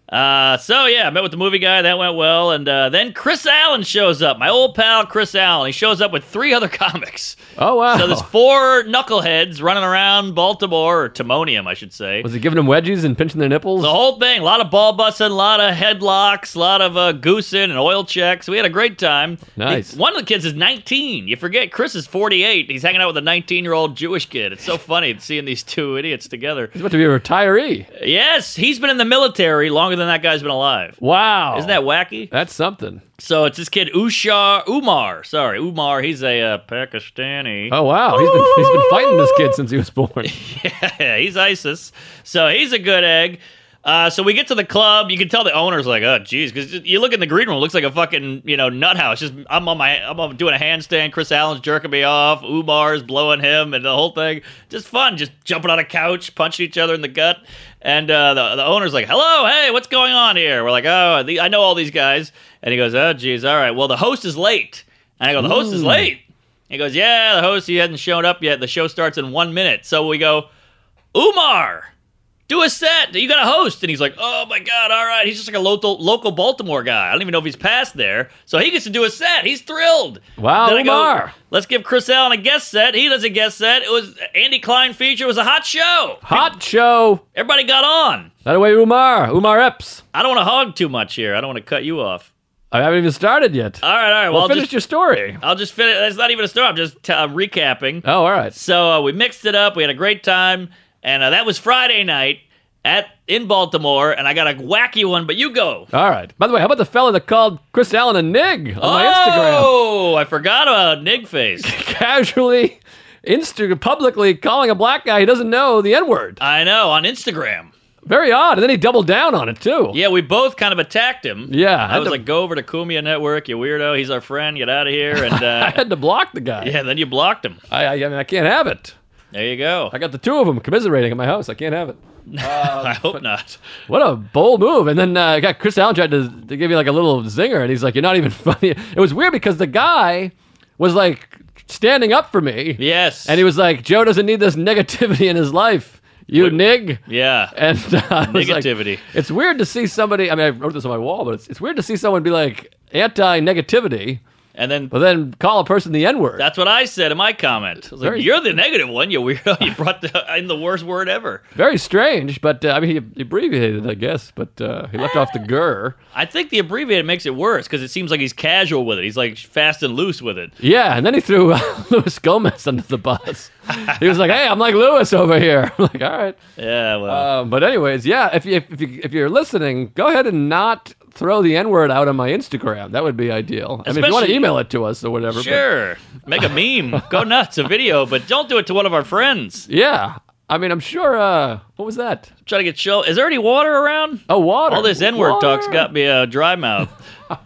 [SPEAKER 3] Uh, so yeah, I met with the movie guy. That went well, and uh, then Chris Allen shows up. My old pal Chris Allen. He shows up with three other comics.
[SPEAKER 2] Oh, wow.
[SPEAKER 3] So there's four knuckleheads running around Baltimore or Timonium, I should say.
[SPEAKER 2] was he giving them wedgies and pinching their nipples?
[SPEAKER 3] The whole thing, a lot of ball busting, a lot of headlocks, a lot of uh, goosing and oil checks. We had a great time.
[SPEAKER 2] Nice.
[SPEAKER 3] The- one of the kids is 19. You forget, Chris is 48. He's hanging out with a 19 year old Jewish kid. It's so funny seeing these two idiots together.
[SPEAKER 2] He's about to be a retiree.
[SPEAKER 3] Yes, he's been in the military longer than that guy's been alive.
[SPEAKER 2] Wow.
[SPEAKER 3] Isn't that wacky?
[SPEAKER 2] That's something.
[SPEAKER 3] So it's this kid, Ushar Umar. Sorry, Umar. He's a uh, Pakistani.
[SPEAKER 2] Oh wow, he's been he's been fighting this kid since he was born.
[SPEAKER 3] Yeah, he's ISIS. So he's a good egg. Uh, so we get to the club. You can tell the owner's like, oh, geez, because you look in the green room, it looks like a fucking, you know, nut house. Just I'm on my, I'm on- doing a handstand. Chris Allen's jerking me off. Umar's blowing him, and the whole thing, just fun, just jumping on a couch, punching each other in the gut. And uh, the the owner's like, hello, hey, what's going on here? We're like, oh, the, I know all these guys. And he goes, oh, geez, all right. Well, the host is late. And I go, the host is late. He goes, yeah, the host he hasn't shown up yet. The show starts in one minute. So we go. Umar, do a set. You got a host. And he's like, oh my God, all right. He's just like a local, local Baltimore guy. I don't even know if he's passed there. So he gets to do a set. He's thrilled.
[SPEAKER 2] Wow,
[SPEAKER 3] Then I go,
[SPEAKER 2] Umar.
[SPEAKER 3] Let's give Chris Allen a guest set. He does a guest set. It was Andy Klein feature. It was a hot show.
[SPEAKER 2] Hot show.
[SPEAKER 3] Everybody got on.
[SPEAKER 2] That away, Umar. Umar Epps.
[SPEAKER 3] I don't want to hog too much here. I don't want to cut you off.
[SPEAKER 2] I haven't even started yet.
[SPEAKER 3] All right, all right. Uh, Well,
[SPEAKER 2] well,
[SPEAKER 3] I'll
[SPEAKER 2] finish
[SPEAKER 3] just,
[SPEAKER 2] your story.
[SPEAKER 3] I'll just finish. That's not even a story. I'm just t- I'm recapping.
[SPEAKER 2] Oh, all right.
[SPEAKER 3] So uh, we mixed it up. We had a great time, and uh, that was Friday night at in Baltimore. And I got a wacky one, but you go.
[SPEAKER 2] All right. By the way, how about the fella that called Chris Allen a nig on my Instagram?
[SPEAKER 3] Oh, I forgot about Nig Face.
[SPEAKER 2] Casually, Insta publicly calling a black guy he doesn't know the N word.
[SPEAKER 3] I know on Instagram.
[SPEAKER 2] Very odd. And then he doubled down on it too.
[SPEAKER 3] Yeah, we both kind of attacked him.
[SPEAKER 2] Yeah, I
[SPEAKER 3] I
[SPEAKER 2] had
[SPEAKER 3] was
[SPEAKER 2] to-
[SPEAKER 3] like, go over to Kumia Network, you weirdo. He's our friend. Get out of here. And
[SPEAKER 2] I
[SPEAKER 3] uh,
[SPEAKER 2] had to block the guy.
[SPEAKER 3] yeah, then you blocked him.
[SPEAKER 2] I, I, I mean, I can't have it.
[SPEAKER 3] There you go.
[SPEAKER 2] I got the two of them commiserating at my house. I can't have it.
[SPEAKER 3] I hope not.
[SPEAKER 2] What a bold move! And then uh, I got Chris Allen tried to, to give me like a little zinger, and he's like, "You're not even funny." It was weird because the guy was like standing up for me,
[SPEAKER 3] Yes.
[SPEAKER 2] and he was like, "Joe doesn't need this negativity in his life, you nig."
[SPEAKER 3] yeah.
[SPEAKER 2] And uh, I was like-
[SPEAKER 3] Negativity.
[SPEAKER 2] it's weird to see somebody. I mean, I wrote this on my wall, but it's, it's weird to see someone be like anti-negativity,
[SPEAKER 3] and then
[SPEAKER 2] but then call a person the N-word.
[SPEAKER 3] that's what I said in my comment. I was like,
[SPEAKER 2] Very-
[SPEAKER 3] You're the negative one, you weirdo. You brought the, in the worst word ever.
[SPEAKER 2] Very strange, but uh, I mean, he, he abbreviated, I guess, but uh, he left off the gur.
[SPEAKER 3] I think the abbreviated makes it worse because it seems like he's casual with it. He's like fast and loose with it.
[SPEAKER 2] Yeah, and then he threw uh, Luis Gomez under the bus. He was like, "Hey, I'm like Lewis over here." I'm like, "All right."
[SPEAKER 3] Yeah, well.
[SPEAKER 2] Um, but anyways, yeah, if you, if if, you, if you're listening, go ahead and not throw the N word out on my Instagram. That would be ideal. I mean, if you want to
[SPEAKER 3] Especially-
[SPEAKER 2] email it to us or whatever. but-
[SPEAKER 3] Sure. Make a meme. Go nuts, a video, but don't do it to one of our friends.
[SPEAKER 2] yeah. I mean, I'm sure. Uh, what was that?
[SPEAKER 3] Try to get show. Is there any water around?
[SPEAKER 2] Oh, water.
[SPEAKER 3] All this N word
[SPEAKER 2] Water.
[SPEAKER 3] talk's got me a dry mouth.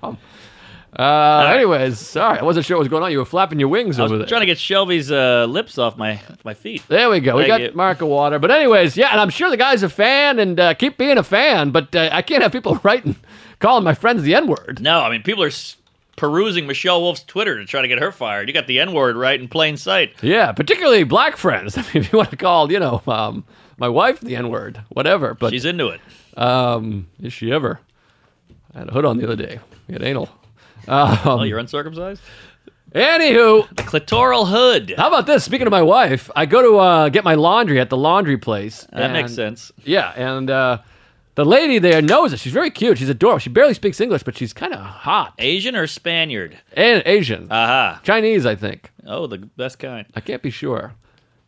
[SPEAKER 2] Uh, anyways, sorry, I wasn't sure what was going on. You were flapping your wings
[SPEAKER 3] I
[SPEAKER 2] over
[SPEAKER 3] was
[SPEAKER 2] there.
[SPEAKER 3] trying to get Shelby's uh, lips off my my feet.
[SPEAKER 2] There we go. We
[SPEAKER 3] Thank
[SPEAKER 2] got
[SPEAKER 3] you.
[SPEAKER 2] Mark of Water. But anyways, yeah, and I'm sure the guy's a fan and uh, keep being a fan, but uh, I can't have people writing, calling my friends the N-word.
[SPEAKER 3] No, I mean people are s- perusing Michelle Wolf's Twitter to try to get her fired. You got the N word right in plain sight.
[SPEAKER 2] Yeah, particularly black friends. I mean, if you want to call, you know, um, my wife the N-word, whatever. But
[SPEAKER 3] She's into it.
[SPEAKER 2] um, is she ever? I had a hood on the other day. We had anal. Um,
[SPEAKER 3] Oh, you're uncircumcised.
[SPEAKER 2] Anywho,
[SPEAKER 3] The clitoral hood.
[SPEAKER 2] how about this? Speaking of my wife, I go to uh, get my laundry at the laundry place.
[SPEAKER 3] That makes
[SPEAKER 2] and-
[SPEAKER 3] sense.
[SPEAKER 2] Yeah, and uh, the lady there knows it. She's very cute. She's adorable. She barely speaks English, but she's kind of hot.
[SPEAKER 3] Asian or Spaniard?
[SPEAKER 2] and
[SPEAKER 3] Uh,
[SPEAKER 2] Asian,
[SPEAKER 3] Aha.
[SPEAKER 2] Chinese, I think.
[SPEAKER 3] Oh, the best kind.
[SPEAKER 2] I can't be sure,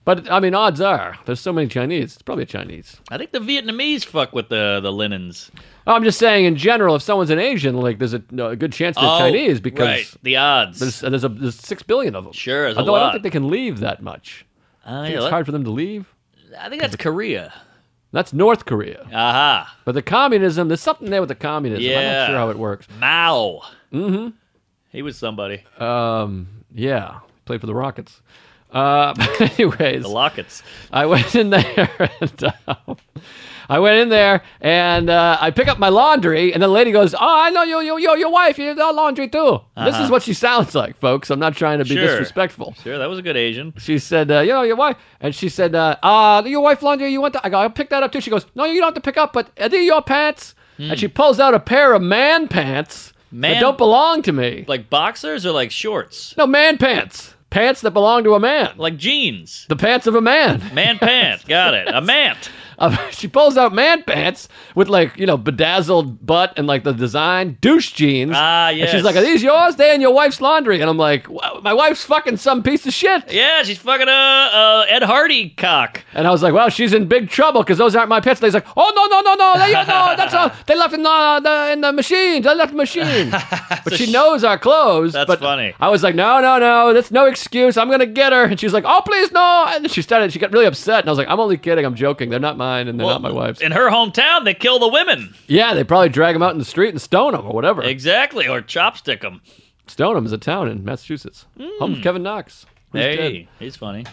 [SPEAKER 2] but I mean, odds are there's so many Chinese. It's probably a Chinese.
[SPEAKER 3] I think the Vietnamese fuck with the the linens.
[SPEAKER 2] Oh, I'm just saying in general, if someone's an Asian, like there's a, no, a good chance they're
[SPEAKER 3] oh,
[SPEAKER 2] Chinese because
[SPEAKER 3] right. the odds.
[SPEAKER 2] there's uh, there's, a, there's six billion of them.
[SPEAKER 3] Sure, there's a
[SPEAKER 2] although I don't
[SPEAKER 3] lot.
[SPEAKER 2] think they can leave that much.
[SPEAKER 3] Oh,
[SPEAKER 2] I
[SPEAKER 3] yeah,
[SPEAKER 2] think
[SPEAKER 3] let-
[SPEAKER 2] it's hard for them to leave.
[SPEAKER 3] I think that's Korea.
[SPEAKER 2] That's North Korea,
[SPEAKER 3] Aha.
[SPEAKER 2] but the communism. There's something there with the communism. I'm
[SPEAKER 3] Yeah.
[SPEAKER 2] not sure how it works.
[SPEAKER 3] Mao. Mm-hmm. He was somebody.
[SPEAKER 2] Yeah, played for the Rockets. Uh, but anyways,
[SPEAKER 3] the Lockets.
[SPEAKER 2] I went in there and uh, I went in there and uh, I pick up my laundry and the lady goes, "Oh, I know you, you, you your wife. You do laundry too." This is what she sounds like, folks. I'm not trying to be
[SPEAKER 3] Uh-huh. Sure.
[SPEAKER 2] disrespectful.
[SPEAKER 3] Sure, that was a good Asian.
[SPEAKER 2] She said, uh, "You know your wife," and she said, "Uh, uh your wife laundry. You want to?" I go, "I'll pick that up too." She goes, "No, you don't have to pick up, but are these your pants?" And she pulls out a pair of man pants that
[SPEAKER 3] Hmm. Man-
[SPEAKER 2] don't belong to me.
[SPEAKER 3] Like boxers or like shorts?
[SPEAKER 2] No man pants, pants that belong to a man,
[SPEAKER 3] Like jeans.
[SPEAKER 2] the pants of a man.
[SPEAKER 3] Man pant. Got it. A mant.
[SPEAKER 2] Uh, she pulls out man pants with like you know bedazzled butt and like the design douche jeans.
[SPEAKER 3] Ah,
[SPEAKER 2] And she's
[SPEAKER 3] yes.
[SPEAKER 2] like, "Are these yours? They in your wife's laundry?" And I'm like, "Wow, "My wife's fucking some piece of shit."
[SPEAKER 3] Yeah, she's fucking a uh, uh, Ed Hardy cock.
[SPEAKER 2] And I was like, "Well, she's in big trouble because those aren't my pants." And he's like, "Oh no no no no they, no that's all they left in the, uh, the in the machine. They left in the machine." but she knows our clothes.
[SPEAKER 3] That's
[SPEAKER 2] but
[SPEAKER 3] funny.
[SPEAKER 2] I was like, "No no no that's no excuse. I'm gonna get her." And she's like, "Oh please no." And she started. She got really upset. And I was like, "I'm only kidding. I'm joking. They're not mine and they're not my wife's."
[SPEAKER 3] In her hometown, they kill the women.
[SPEAKER 2] Yeah, they probably drag him out in the street and stone him or whatever.
[SPEAKER 3] Exactly, or chopstick them.
[SPEAKER 2] Stoneham is a town in Massachusetts. Home of Kevin Knox. who's
[SPEAKER 3] Hmm. Hey, he's funny.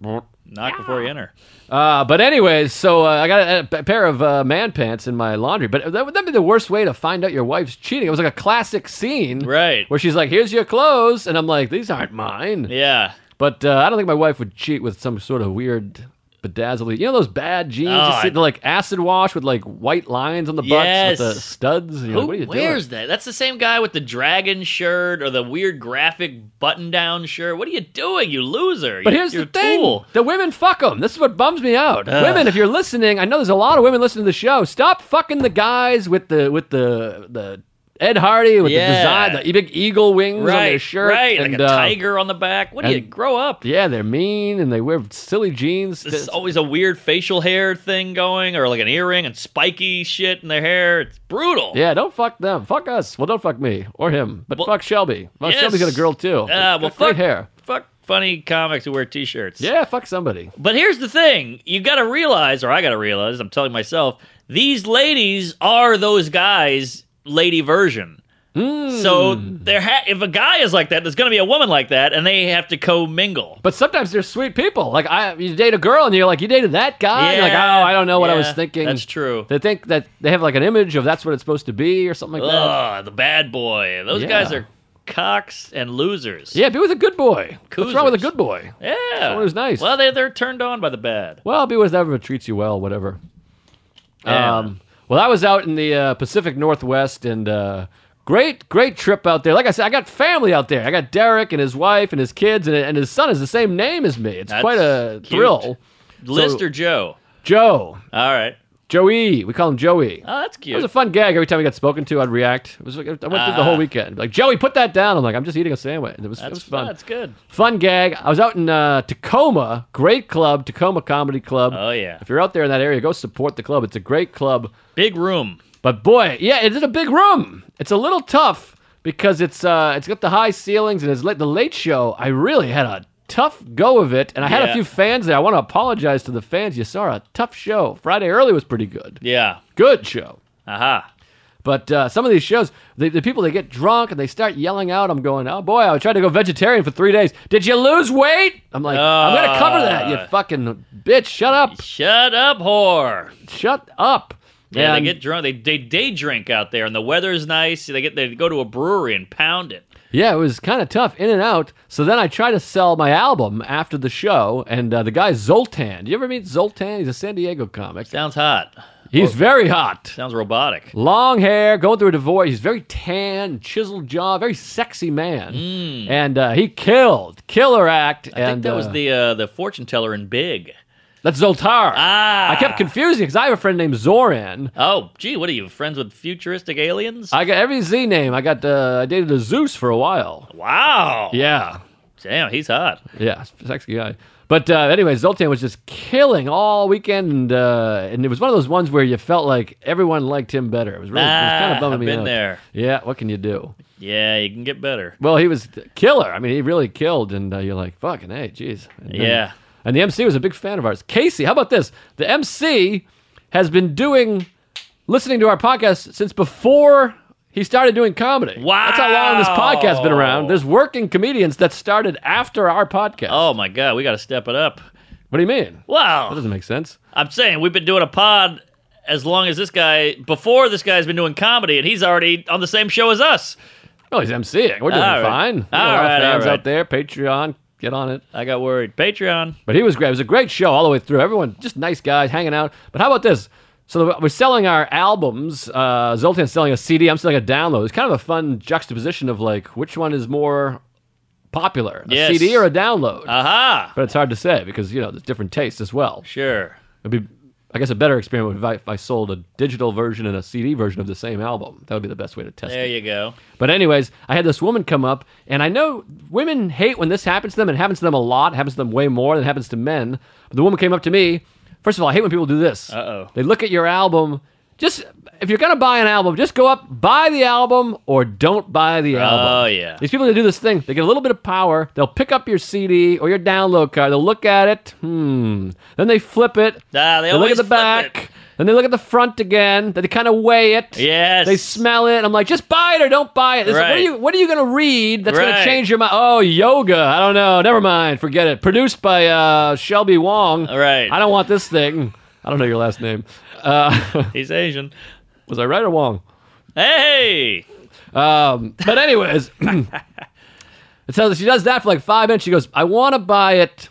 [SPEAKER 3] Knock before you enter.
[SPEAKER 2] dead. Uh, but anyways, so uh, I got a, a p- pair of uh, man pants in my laundry. But that would that be the worst way to find out your wife's cheating? It was like a classic scene,
[SPEAKER 3] Right.
[SPEAKER 2] Where she's like, "Here's your clothes," and I'm like, "These aren't mine."
[SPEAKER 3] Yeah.
[SPEAKER 2] But uh, I don't think my wife would cheat with some sort of weird. Bedazzled, you know those bad jeans,
[SPEAKER 3] Oh,
[SPEAKER 2] you see,
[SPEAKER 3] I-
[SPEAKER 2] they're like acid wash with like white lines on the butts
[SPEAKER 3] Yes.
[SPEAKER 2] with the studs. You're like,
[SPEAKER 3] Who
[SPEAKER 2] what are you
[SPEAKER 3] wears
[SPEAKER 2] doing?
[SPEAKER 3] that? That's the same guy with the dragon shirt or the weird graphic button-down shirt. What are you doing, you loser?
[SPEAKER 2] But here's
[SPEAKER 3] You're
[SPEAKER 2] the thing:
[SPEAKER 3] a fool.
[SPEAKER 2] the women fuck them. This is what bums me out. Women, if you're listening, I know there's a lot of women listening to the show. Stop fucking the guys with the with the the Ed Hardy with
[SPEAKER 3] Yeah.
[SPEAKER 2] the design, the big eagle wings on their
[SPEAKER 3] Right,
[SPEAKER 2] shirt,
[SPEAKER 3] right,
[SPEAKER 2] and,
[SPEAKER 3] like a
[SPEAKER 2] uh,
[SPEAKER 3] tiger on the back. What do you
[SPEAKER 2] and-
[SPEAKER 3] grow up?
[SPEAKER 2] yeah, they're mean and they wear silly jeans.
[SPEAKER 3] There's always a weird facial hair thing going, or like an earring and spiky shit in their hair. It's brutal.
[SPEAKER 2] yeah, don't fuck them. Fuck us. Well, don't fuck me or him, but
[SPEAKER 3] Well-
[SPEAKER 2] fuck Shelby. Well,
[SPEAKER 3] Yes.
[SPEAKER 2] Shelby's got a girl too.
[SPEAKER 3] Ah,
[SPEAKER 2] Got
[SPEAKER 3] well,
[SPEAKER 2] great
[SPEAKER 3] fuck-
[SPEAKER 2] hair.
[SPEAKER 3] Fuck funny comics who wear t-shirts.
[SPEAKER 2] Yeah, fuck somebody.
[SPEAKER 3] But here's the thing: you got to realize, or I got to realize, I'm telling myself, these ladies are those guys' lady version. So
[SPEAKER 2] Hmm.
[SPEAKER 3] there, ha- if a guy is like that, there's going to be a woman like that, and they have to commingle.
[SPEAKER 2] But sometimes they're sweet people. Like I, you date a girl and you're like, you dated that guy. And you're like,
[SPEAKER 3] Yeah.
[SPEAKER 2] oh, I don't know what I
[SPEAKER 3] Yeah,
[SPEAKER 2] was thinking.
[SPEAKER 3] that's true.
[SPEAKER 2] They think that they have like an image of that's what it's supposed to be or something like that.
[SPEAKER 3] Ugh, the bad boy. Those
[SPEAKER 2] Yeah.
[SPEAKER 3] guys are cocks and losers.
[SPEAKER 2] Yeah, be with a good boy. What's wrong with a
[SPEAKER 3] Coozers.
[SPEAKER 2] good boy?
[SPEAKER 3] Yeah.
[SPEAKER 2] Someone who's nice.
[SPEAKER 3] Well, they, they're turned on by the bad.
[SPEAKER 2] Well, be with whoever treats you well, whatever.
[SPEAKER 3] Yeah.
[SPEAKER 2] Um, well, I was out in the uh, Pacific Northwest and uh, great, great trip out there. Like I said, I got family out there. I got Derek and his wife and his kids, and, and his son is the same name as me. It's
[SPEAKER 3] That's
[SPEAKER 2] quite a
[SPEAKER 3] cute.
[SPEAKER 2] thrill.
[SPEAKER 3] List or Joe?
[SPEAKER 2] Joe,
[SPEAKER 3] All right.
[SPEAKER 2] Joey, we call him Joey.
[SPEAKER 3] Oh, that's
[SPEAKER 2] It was
[SPEAKER 3] cute.
[SPEAKER 2] a fun gag. Every time I got spoken to, I'd react. It was like, I went through the
[SPEAKER 3] Ah.
[SPEAKER 2] whole weekend. Like Joey, put that down. I'm like, I'm just eating a sandwich. It was, it
[SPEAKER 3] that's
[SPEAKER 2] was fun.
[SPEAKER 3] That's good.
[SPEAKER 2] Fun gag. I was out in uh, Tacoma, great club, Tacoma Comedy Club.
[SPEAKER 3] Oh, yeah.
[SPEAKER 2] If you're out there in that area, go support the club. It's a great club.
[SPEAKER 3] Big room.
[SPEAKER 2] But boy, yeah, it's in a big room. It's a little tough because it's uh, it's got the high ceilings and it's late. The late show, I really had a tough go of it, and I had a
[SPEAKER 3] Yeah.
[SPEAKER 2] few fans there. I want to apologize to the fans. You saw a tough show. Friday early was pretty good.
[SPEAKER 3] Yeah.
[SPEAKER 2] Good show.
[SPEAKER 3] Aha.
[SPEAKER 2] But uh, some of these shows, the, the people they get drunk and they start yelling out. I'm going, oh boy, I tried to go vegetarian for three days. Did you lose weight? I'm like, I'm gonna cover that. You
[SPEAKER 3] Ah.
[SPEAKER 2] fucking bitch, shut up,
[SPEAKER 3] Shut up, whore.
[SPEAKER 2] shut up.
[SPEAKER 3] Yeah,
[SPEAKER 2] And-
[SPEAKER 3] they get drunk. They, they day drink out there, and the weather's nice. They get they go to a brewery and pound it.
[SPEAKER 2] Yeah, it was kind of tough in and out. So then I try to sell my album after the show, and uh, the guy Zoltan. Do you ever meet Zoltan? He's a San Diego comic.
[SPEAKER 3] Sounds hot.
[SPEAKER 2] He's very hot.
[SPEAKER 3] Sounds robotic.
[SPEAKER 2] Long hair, going through a divorce. He's very tan, chiseled jaw, very sexy man. And uh, he killed, killer act.
[SPEAKER 3] Hmm. I think that was the uh, the fortune teller in Big.
[SPEAKER 2] that's Zoltar.
[SPEAKER 3] Ah.
[SPEAKER 2] I kept confusing because I have a friend named Zoran.
[SPEAKER 3] Oh, gee, what are you friends with futuristic aliens?
[SPEAKER 2] I got every Z name. I got uh, I dated a Zeus for a while.
[SPEAKER 3] wow.
[SPEAKER 2] Yeah,
[SPEAKER 3] Damn, he's hot.
[SPEAKER 2] Yeah, sexy guy. But uh, anyway, Zoltan was just killing all weekend, and, uh, and it was one of those ones where you felt like everyone liked him better. It was really it was kind
[SPEAKER 3] Ah,
[SPEAKER 2] of bumming
[SPEAKER 3] I've
[SPEAKER 2] me
[SPEAKER 3] been
[SPEAKER 2] out.
[SPEAKER 3] there.
[SPEAKER 2] Yeah, what can you do?
[SPEAKER 3] Yeah, you can get better.
[SPEAKER 2] Well, he was a killer. I mean, he really killed, and uh, you're like, fucking hey, jeez. And then-
[SPEAKER 3] Yeah.
[SPEAKER 2] And the MC was a big fan of ours. Casey, how about this? The MC has been doing, listening to our podcast since before he started doing comedy. That's how long this podcast has been around.
[SPEAKER 3] Wow.
[SPEAKER 2] There's working comedians that started after our podcast.
[SPEAKER 3] Oh my God, we got to step it up.
[SPEAKER 2] What do you mean? That
[SPEAKER 3] Wow.
[SPEAKER 2] doesn't make sense.
[SPEAKER 3] I'm saying we've been doing a pod as long as this guy before this guy's been doing comedy, and he's already on the same show as us.
[SPEAKER 2] Oh, he's MCing. We're doing
[SPEAKER 3] All right.
[SPEAKER 2] fine. We got
[SPEAKER 3] All
[SPEAKER 2] a lot of
[SPEAKER 3] right, all
[SPEAKER 2] fans
[SPEAKER 3] right.
[SPEAKER 2] out there, Patreon, get on it.
[SPEAKER 3] I got worried. Patreon.
[SPEAKER 2] But he was great. It was a great show all the way through. Everyone, just nice guys hanging out. But how about this? So we're selling our albums. Uh, Zoltan's selling a CD. I'm selling a download. It's kind of a fun juxtaposition of like which one is more popular, a
[SPEAKER 3] Yes.
[SPEAKER 2] CD or a download.
[SPEAKER 3] Aha.
[SPEAKER 2] but it's hard to say because you know there's different tastes as well.
[SPEAKER 3] Sure.
[SPEAKER 2] It'd be, I guess, a better experiment if I, if I sold a digital version and a CD version of the same album. That would be the best way to test
[SPEAKER 3] There
[SPEAKER 2] it.
[SPEAKER 3] you go.
[SPEAKER 2] But anyways, I had this woman come up, and I know women hate when this happens to them. It happens to them a lot. It happens to them way more than it happens to men. But the woman came up to me. First of all, I hate when people do this.
[SPEAKER 3] Uh-oh.
[SPEAKER 2] They look at your album. Just if you're gonna buy an album, just go up, buy the album, or don't buy the album.
[SPEAKER 3] Oh, yeah.
[SPEAKER 2] These people that do this thing, they get a little bit of power. They'll pick up your CD or your download card. They'll look at it. Hmm. Then they flip it.
[SPEAKER 3] Ah, they
[SPEAKER 2] They look
[SPEAKER 3] always
[SPEAKER 2] at the
[SPEAKER 3] flip
[SPEAKER 2] back.
[SPEAKER 3] it.
[SPEAKER 2] Then they look at the front again. Then they kind of weigh it.
[SPEAKER 3] Yes.
[SPEAKER 2] They smell it. I'm like, just buy it or don't buy it. This- What are
[SPEAKER 3] Right.
[SPEAKER 2] you What are you gonna read that's gonna
[SPEAKER 3] Right.
[SPEAKER 2] change your mind? Oh, yoga. I don't know. Never mind. Forget it. Produced by uh, Shelby Wong.
[SPEAKER 3] All right.
[SPEAKER 2] I don't want this thing. I don't know your last name. Uh,
[SPEAKER 3] He's Asian.
[SPEAKER 2] was I right or Wong?
[SPEAKER 3] Hey.
[SPEAKER 2] Um, but anyways, so she does that for like five minutes. She goes, I want to buy it,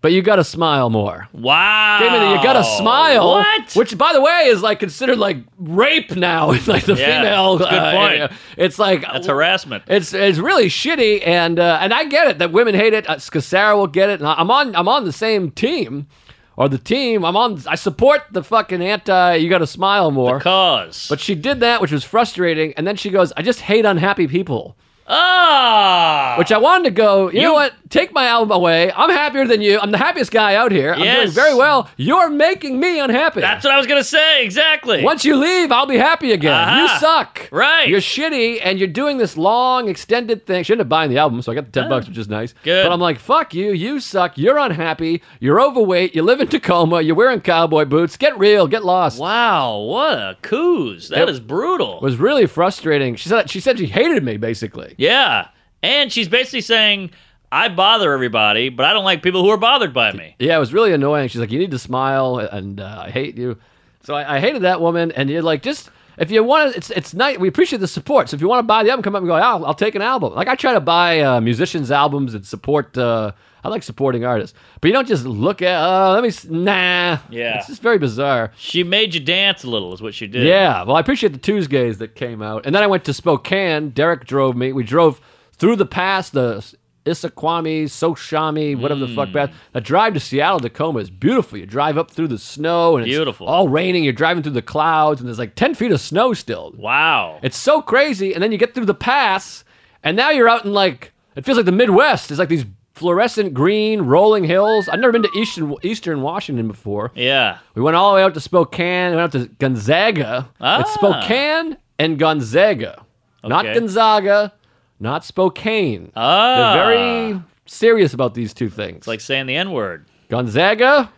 [SPEAKER 2] but you gotta smile more.
[SPEAKER 3] Wow.
[SPEAKER 2] Gave me the you gotta smile.
[SPEAKER 3] Oh, What?
[SPEAKER 2] Which, by the way, is like considered like rape now. It's like the
[SPEAKER 3] Yeah,
[SPEAKER 2] female.
[SPEAKER 3] that's a good
[SPEAKER 2] uh,
[SPEAKER 3] point.
[SPEAKER 2] area. It's like
[SPEAKER 3] That's harassment.
[SPEAKER 2] It's it's really shitty, and uh, and I get it that women hate it. Uh, Scassara will get it, and I- I'm on I'm on the same team, or the team I'm on. I support the fucking anti. You got to smile more.
[SPEAKER 3] Cause.
[SPEAKER 2] But she did that, which was frustrating, and then she goes, "I just hate unhappy people."
[SPEAKER 3] Ah!
[SPEAKER 2] Which I wanted to go, you,
[SPEAKER 3] You-
[SPEAKER 2] know what? Take my album away. I'm happier than you. I'm the happiest guy out here. I'm
[SPEAKER 3] Yes.
[SPEAKER 2] doing very well. You're making me unhappy.
[SPEAKER 3] That's what I was gonna say. Exactly.
[SPEAKER 2] Once you leave, I'll be happy again. You
[SPEAKER 3] Aha.
[SPEAKER 2] suck.
[SPEAKER 3] Uh-huh. Right.
[SPEAKER 2] You're shitty and you're doing this long, extended thing. She ended up buying the album, so I got the 10 bucks, which is nice.
[SPEAKER 3] Oh. good.
[SPEAKER 2] But I'm like, fuck you. You suck. You're unhappy. You're overweight. You live in Tacoma. You're wearing cowboy boots. Get real. Get lost.
[SPEAKER 3] Wow, what a coos. That
[SPEAKER 2] It-
[SPEAKER 3] is brutal.
[SPEAKER 2] It was really frustrating. She said she said she hated me basically.
[SPEAKER 3] yeah. And she's basically saying, I bother everybody, but I don't like people who are bothered by me.
[SPEAKER 2] Yeah, it was really annoying. She's like, "You need to smile," and uh, I hate you. So I, I hated that woman. And you're like, just if you want, to, it's it's nice. We appreciate the support. So if you want to buy the album, come up and go. I'll, I'll take an album. Like I try to buy uh, musicians' albums and support. Uh, I like supporting artists, but you don't just look at. Uh, let me. s- Nah.
[SPEAKER 3] Yeah.
[SPEAKER 2] It's just very bizarre.
[SPEAKER 3] She made you dance a little, is what she did.
[SPEAKER 2] Yeah, well, I appreciate the Tuesdays that came out, and then I went to Spokane. Derek drove me. We drove through the pass, the Issaquamy, Soshami, whatever the fuck pass. A drive to Seattle, Tacoma is beautiful. You drive up through the snow, and it's
[SPEAKER 3] Beautiful.
[SPEAKER 2] all raining. You're driving through the clouds, and there's like ten feet of snow still.
[SPEAKER 3] Wow.
[SPEAKER 2] It's so crazy, and then you get through the pass, and now you're out in like it feels like the Midwest. It's like these fluorescent green rolling hills. I've never been to eastern Eastern Washington before.
[SPEAKER 3] yeah.
[SPEAKER 2] We went all the way out to Spokane. We went out to Gonzaga.
[SPEAKER 3] Ah.
[SPEAKER 2] It's Spokane and Gonzaga. Not
[SPEAKER 3] Okay.
[SPEAKER 2] Gonzaga, not Spokane.
[SPEAKER 3] Ah.
[SPEAKER 2] They're very serious about these two things.
[SPEAKER 3] It's like saying the N word.
[SPEAKER 2] Gonzaga,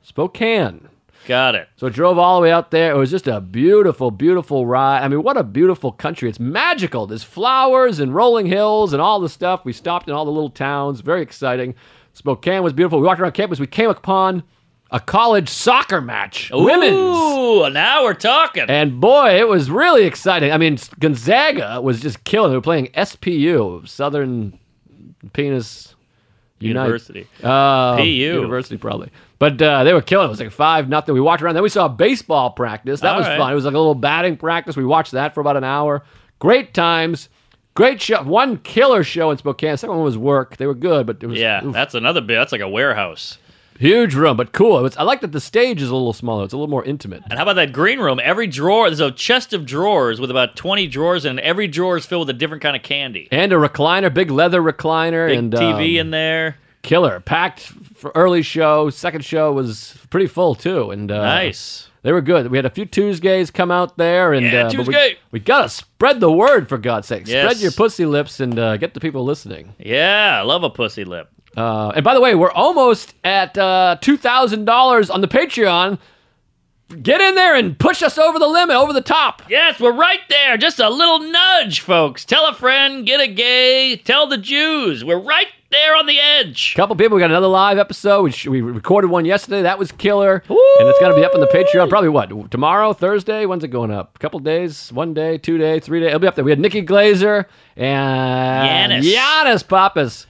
[SPEAKER 2] Spokane.
[SPEAKER 3] Got it.
[SPEAKER 2] So I drove all the way out there. It was just a beautiful, beautiful ride. I mean, what a beautiful country. It's magical. There's flowers and rolling hills and all the stuff. We stopped in all the little towns. Very exciting. Spokane was beautiful. We walked around campus. We came upon a college soccer match, women's. Eh,
[SPEAKER 3] Ooh, now we're talking.
[SPEAKER 2] And boy, it was really exciting. I mean, Gonzaga was just killing. They were playing SPU, Southern Penis Unite-
[SPEAKER 3] University.
[SPEAKER 2] uh,
[SPEAKER 3] PU.
[SPEAKER 2] University, probably. But uh, they were killing. It was like five nothing. We walked around. Then we saw baseball practice. That
[SPEAKER 3] All
[SPEAKER 2] was
[SPEAKER 3] right.
[SPEAKER 2] fun. It was like a little batting practice. We watched that for about an hour. Great times. Great show. One killer show in Spokane. Second one was work. They were good, but it was
[SPEAKER 3] yeah,
[SPEAKER 2] oof,
[SPEAKER 3] that's another bit. That's like a warehouse.
[SPEAKER 2] huge room, but cool. It was, I like that the stage is a little smaller. It's a little more intimate.
[SPEAKER 3] And how about that green room? Every drawer, there's a chest of drawers with about 20 drawers, in it, and every drawer is filled with a different kind of candy.
[SPEAKER 2] And a recliner, big leather recliner,
[SPEAKER 3] Big
[SPEAKER 2] and
[SPEAKER 3] TV
[SPEAKER 2] um,
[SPEAKER 3] in there.
[SPEAKER 2] killer packed for early show. Second show was pretty full too, and uh,
[SPEAKER 3] Nice.
[SPEAKER 2] They were good. We had a few Tuesdays come out there, and
[SPEAKER 3] Yeah,
[SPEAKER 2] uh, but we-
[SPEAKER 3] Tuesday.
[SPEAKER 2] We, gotta spread the word for God's sake. Spread
[SPEAKER 3] Yes.
[SPEAKER 2] your pussy lips and uh, get the people listening.
[SPEAKER 3] Yeah, I love a pussy lip.
[SPEAKER 2] Uh, and by the way, we're almost at uh, two thousand dollars on the Patreon. Get in there and push us over the limit, over the top.
[SPEAKER 3] Yes, we're right there. Just a little nudge, folks. Tell a friend, get a gay, tell the Jews. We're right there on the edge.
[SPEAKER 2] couple people. We got another live episode. We, sh- we recorded one yesterday. That was killer. And it's going to be up on the Patreon probably what? Tomorrow, Thursday? When's it going up? A couple days? One day, two day, three day? It'll be up there. We had Nikki Glazer and
[SPEAKER 3] Giannis.
[SPEAKER 2] Giannis Pappas.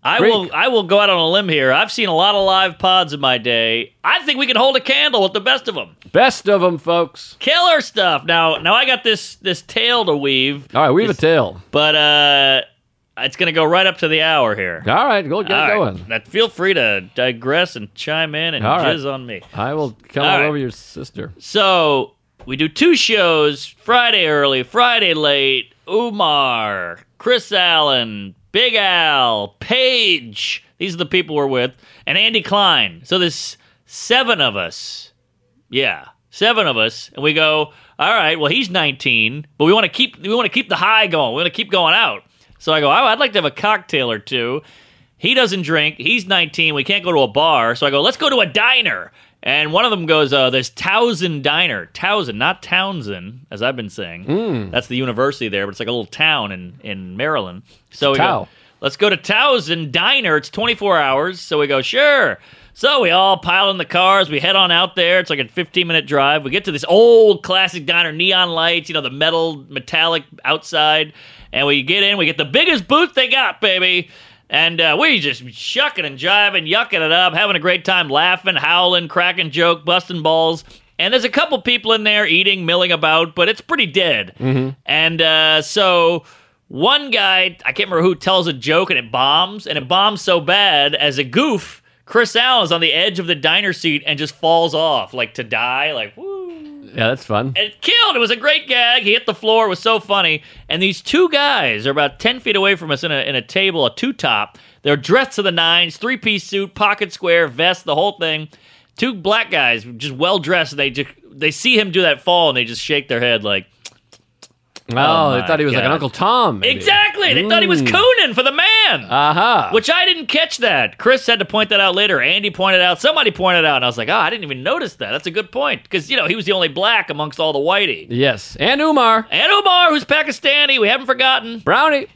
[SPEAKER 3] I
[SPEAKER 2] Great.
[SPEAKER 3] will I will go out on a limb here. I've seen a lot of live pods in my day. I think we can hold a candle with the best of them.
[SPEAKER 2] Best of them, folks.
[SPEAKER 3] Killer stuff. Now now I got this this tail to weave,
[SPEAKER 2] All right, we have a tail.
[SPEAKER 3] but uh it's going to go right up to the hour here.
[SPEAKER 2] All right, go get
[SPEAKER 3] All
[SPEAKER 2] it
[SPEAKER 3] right.
[SPEAKER 2] going.
[SPEAKER 3] Now, feel free to digress and chime in and
[SPEAKER 2] All right.
[SPEAKER 3] jizz on me.
[SPEAKER 2] I will come
[SPEAKER 3] All
[SPEAKER 2] all,
[SPEAKER 3] right.
[SPEAKER 2] over your sister.
[SPEAKER 3] So we do two shows Friday early, Friday late. Umar, Chris Allen, Big Al, Paige. These are the people we're with, and Andy Klein. So there's seven of us. Yeah, seven of us, and we go. All right. Well, he's 19, but we want to keep we want to keep the high going. We want to keep going out. So I go. "Oh, I'd like to have a cocktail or two. He doesn't drink. He's 19. We can't go to a bar. So I go. Let's go to a diner. And one of them goes. Uh, there's Towson Diner. Towson, not Townsend, as I've been saying. That's the university there, but it's like a little town in in Maryland. So we
[SPEAKER 2] Tao.
[SPEAKER 3] go. Let's go to Towson Diner. It's 24 hours. So we go, sure. So we all pile in the cars. We head on out there. It's like a 15 minute drive. We get to this old classic diner, neon lights, you know, the metal, metallic outside. And we get in. We get the biggest booth they got, baby. And uh, we just shucking and jiving, yucking it up, having a great time, laughing, howling, cracking joke, busting balls. And there's a couple people in there eating, milling about, but it's pretty dead. And uh, so one guy, I can't remember who, tells a joke and it bombs, and it bombs so bad as a goof. Chris Allen is on the edge of the diner seat and just falls off, like to die, like woo.
[SPEAKER 2] Yeah, that's fun.
[SPEAKER 3] It killed. It was a great gag. He hit the floor. It was so funny. And these two guys are about 10 feet away from us in a, in a table, a two top. They're dressed to the nines, three piece suit, pocket square, vest, the whole thing. Two black guys, just well dressed. They just, they see him do that fall and they just shake their head like,
[SPEAKER 2] Oh,
[SPEAKER 3] my
[SPEAKER 2] they thought he was like an
[SPEAKER 3] God.
[SPEAKER 2] Uncle Tom. maybe. Mm.
[SPEAKER 3] exactly. They thought he was cooning for the man.
[SPEAKER 2] Uh-huh.
[SPEAKER 3] which I didn't catch that. Chris had to point that out later. Andy pointed out. Somebody pointed out, and I was like, "Oh, I didn't even notice that. That's a good point." Because you know he was the only black amongst all the whitey.
[SPEAKER 2] Yes. And Umar.
[SPEAKER 3] And Omar, who's Pakistani, we haven't forgotten.
[SPEAKER 2] Brownie.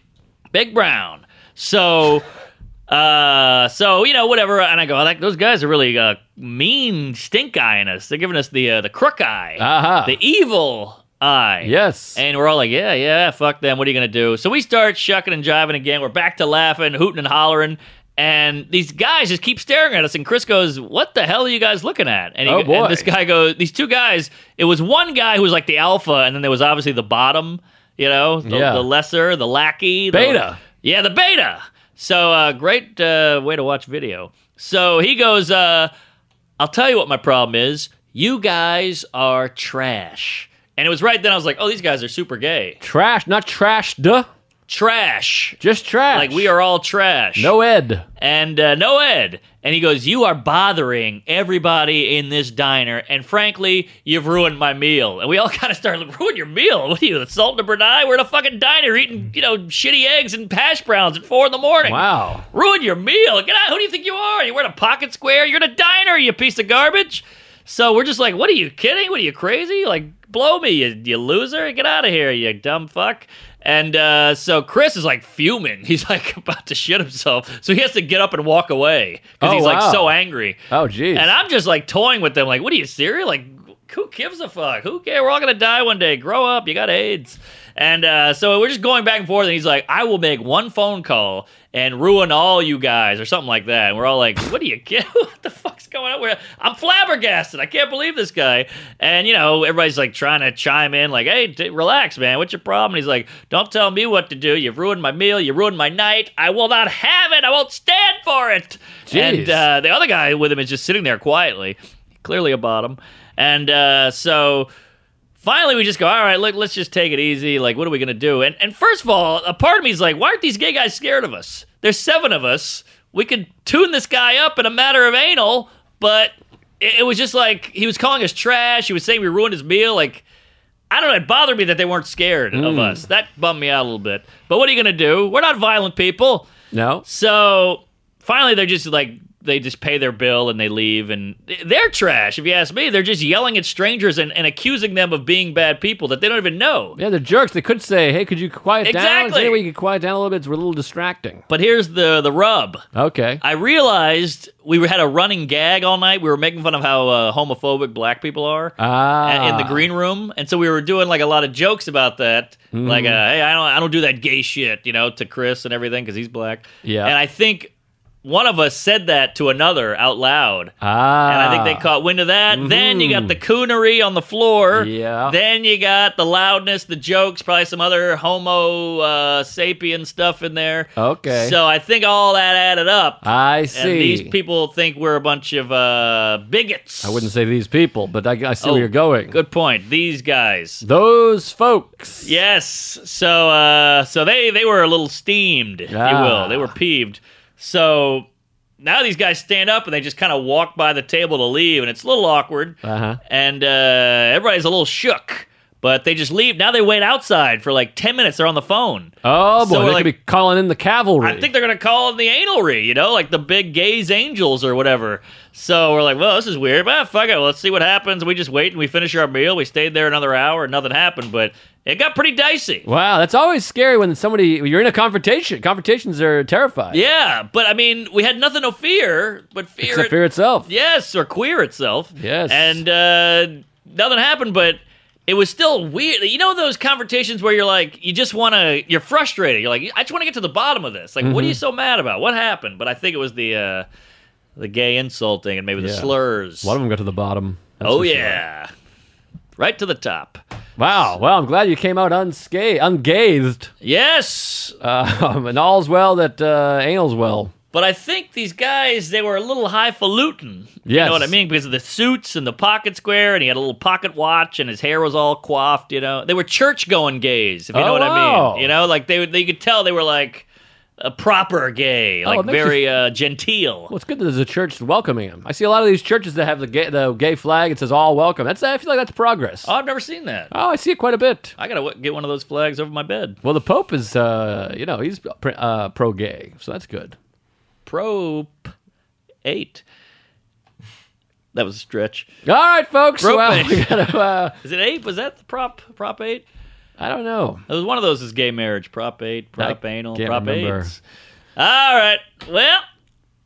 [SPEAKER 3] Big Brown. So, uh, so you know, whatever. And I go, I like those guys are really uh, mean, stink eyeing us. They're giving us the uh, the crook eye,
[SPEAKER 2] Uh-huh.
[SPEAKER 3] the evil eye.
[SPEAKER 2] Yes.
[SPEAKER 3] And we're all like, yeah, yeah, fuck them. What are you gonna do? So we start shucking and jiving again. We're back to laughing, hooting and hollering. And these guys just keep staring at us. And Chris goes, "What the hell are you guys looking at?" And, he,
[SPEAKER 2] Oh, boy.
[SPEAKER 3] and this guy goes, "These two guys." It was one guy who was like the alpha, and then there was obviously the bottom. You know, the,
[SPEAKER 2] Yeah.
[SPEAKER 3] the lesser, the lackey, the-
[SPEAKER 2] Beta.
[SPEAKER 3] yeah, the beta. So uh, great uh, way to watch video. So he goes, uh, I'll tell you what my problem is. You guys are trash. And it was right then I was like, oh, these guys are super gay.
[SPEAKER 2] trash. Not trash, duh.
[SPEAKER 3] Trash.
[SPEAKER 2] Just trash.
[SPEAKER 3] Like, we are all trash.
[SPEAKER 2] No Ed.
[SPEAKER 3] And uh, no Ed. And he goes, you are bothering everybody in this diner. And frankly, you've ruined my meal. And we all kind of started, ruin your meal? What are you, the Sultan of Brunei? We're in a fucking diner eating, you know, shitty eggs and hash browns at four in the morning.
[SPEAKER 2] Wow.
[SPEAKER 3] Ruin your meal. Get out. Who do you think you are? You're wearing a pocket square. You're in a diner, you piece of garbage. So we're just like, what are you kidding? What are you crazy? Like, blow me, you, you loser. Get out of here, you dumb fuck. And uh, so Chris is like fuming. He's like about to shit himself. So he has to get up and walk away because
[SPEAKER 2] Oh,
[SPEAKER 3] he's
[SPEAKER 2] wow.
[SPEAKER 3] like so angry.
[SPEAKER 2] Oh, jeez.
[SPEAKER 3] And I'm just like toying with them, like, what are you serious? Like, who gives a fuck? Who cares? We're all gonna die one day. Grow up. You got AIDS. And uh, so we're just going back and forth, and he's like, I will make one phone call and ruin all you guys, or something like that. And we're all like, What do you get? what the fuck's going on? We're, I'm flabbergasted. I can't believe this guy. And, you know, everybody's like trying to chime in, like, Hey, d- relax, man. What's your problem? And he's like, Don't tell me what to do. You've ruined my meal. You ruined my night. I will not have it. I won't stand for it.
[SPEAKER 2] Jeez.
[SPEAKER 3] And, uh, uh, the other guy with him is just sitting there quietly, clearly a bottom. And uh, so finally we just go, all right, look, let's just take it easy. Like, what are we going to do? And, and first of all, a part of me is like, why aren't these gay guys scared of us? There's seven of us. We could tune this guy up in a matter of anal, but it, it was just like he was calling us trash. He was saying we ruined his meal. Like, I don't know. It bothered me that they weren't scared of us. That bummed me out a little bit. But what are you going to do? We're not violent people.
[SPEAKER 2] no.
[SPEAKER 3] So finally, they're just like they just pay their bill and they leave, and they're trash. If you ask me, they're just yelling at strangers and, and accusing them of being bad people that they don't even know.
[SPEAKER 2] Yeah, they're jerks. They could say, hey, could you quiet down? Is there
[SPEAKER 3] Exactly.
[SPEAKER 2] any way you could quiet down a little bit? It's a little distracting.
[SPEAKER 3] But here's the the rub.
[SPEAKER 2] Okay.
[SPEAKER 3] I realized we had a running gag all night. We were making fun of how uh, homophobic black people are.
[SPEAKER 2] Ah.
[SPEAKER 3] a- in the green room, and so we were doing like a lot of jokes about that,
[SPEAKER 2] Hmm.
[SPEAKER 3] like, uh, "Hey, I don't, I don't do that gay shit," you know, to Chris and everything because he's black.
[SPEAKER 2] Yeah.
[SPEAKER 3] and I think one of us said that to another out loud,
[SPEAKER 2] Ah. Mm-hmm.
[SPEAKER 3] and I think they caught wind of that. Then you got the coonery on the floor.
[SPEAKER 2] Yeah.
[SPEAKER 3] Then you got the loudness, the jokes, probably some other Homo uh, sapien stuff in there.
[SPEAKER 2] Okay.
[SPEAKER 3] So I think all that added up.
[SPEAKER 2] I see.
[SPEAKER 3] and these people think we're a bunch of uh, bigots.
[SPEAKER 2] I wouldn't say these people, but I, I see where you're going.
[SPEAKER 3] Oh, Good point. These guys.
[SPEAKER 2] Those folks.
[SPEAKER 3] Yes. So uh so they they were a little steamed, if you
[SPEAKER 2] Ah.
[SPEAKER 3] will. They were peeved. So now these guys stand up and they just kind of walk by the table to leave and it's a little awkward.
[SPEAKER 2] Uh-huh.
[SPEAKER 3] And uh everybody's a little shook, but they just leave. Now they wait outside for like 10 minutes. They're on the phone.
[SPEAKER 2] Oh, boy.
[SPEAKER 3] So we're
[SPEAKER 2] they
[SPEAKER 3] like-
[SPEAKER 2] could be calling in the cavalry.
[SPEAKER 3] I think they're gonna call in the analry, you know, like the big gays angels or whatever. So we're like, well, this is weird, but fuck it, let's see what happens. We just wait and we finish our meal. We stayed there another hour and nothing happened, but it got pretty dicey.
[SPEAKER 2] Wow, that's always scary when somebody you're in a confrontation. Confrontations are terrifying.
[SPEAKER 3] Yeah, but I mean, we had nothing to fear, but fear.
[SPEAKER 2] Except fear itself.
[SPEAKER 3] Yes, or queer itself.
[SPEAKER 2] Yes.
[SPEAKER 3] And uh, nothing happened, but it was still weird. You know those confrontations where you're like, you just want to, you're frustrated. You're like, I just want to get to the bottom of this. Like, what are
[SPEAKER 2] Mm-hmm.
[SPEAKER 3] you so mad about? What happened? But I think it was the uh, the gay insulting and maybe the
[SPEAKER 2] Yeah.
[SPEAKER 3] slurs.
[SPEAKER 2] A lot of them got to the bottom. That's
[SPEAKER 3] oh
[SPEAKER 2] for sure.
[SPEAKER 3] yeah, right to the top.
[SPEAKER 2] Wow. Well, I'm glad you came out unscathed, ungazed.
[SPEAKER 3] Yes.
[SPEAKER 2] Um, and all's well that uh, anal's well.
[SPEAKER 3] But I think these guys, they were a little highfalutin. You
[SPEAKER 2] Yes.
[SPEAKER 3] know what I mean? Because of the suits and the pocket square, and he had a little pocket watch, and his hair was all coiffed, you know? They were church going gays, if you know
[SPEAKER 2] Oh,
[SPEAKER 3] what I
[SPEAKER 2] wow.
[SPEAKER 3] mean. You know, like they, they could tell they were like a proper gay, like
[SPEAKER 2] Oh, it makes you-
[SPEAKER 3] very uh, genteel.
[SPEAKER 2] Well, it's good that there's a church welcoming him. I see a lot of these churches that have the gay, the gay flag. It says all welcome. That's I feel like that's progress.
[SPEAKER 3] oh, I've never seen that.
[SPEAKER 2] oh, I see it quite a bit.
[SPEAKER 3] I gotta w- get one of those flags over my bed.
[SPEAKER 2] Well, the Pope is, uh, you know, he's pr- uh, pro gay, so that's good.
[SPEAKER 3] Prope eight. That was a stretch.
[SPEAKER 2] All right, folks.
[SPEAKER 3] Rope
[SPEAKER 2] well,
[SPEAKER 3] eight.
[SPEAKER 2] we gotta, uh,
[SPEAKER 3] Is it eight? Was that the prop prop eight?
[SPEAKER 2] I don't know.
[SPEAKER 3] It was one of those is gay marriage. Prop eight, prop
[SPEAKER 2] I
[SPEAKER 3] anal,
[SPEAKER 2] can't
[SPEAKER 3] prop
[SPEAKER 2] remember.
[SPEAKER 3] eights. All right. Well,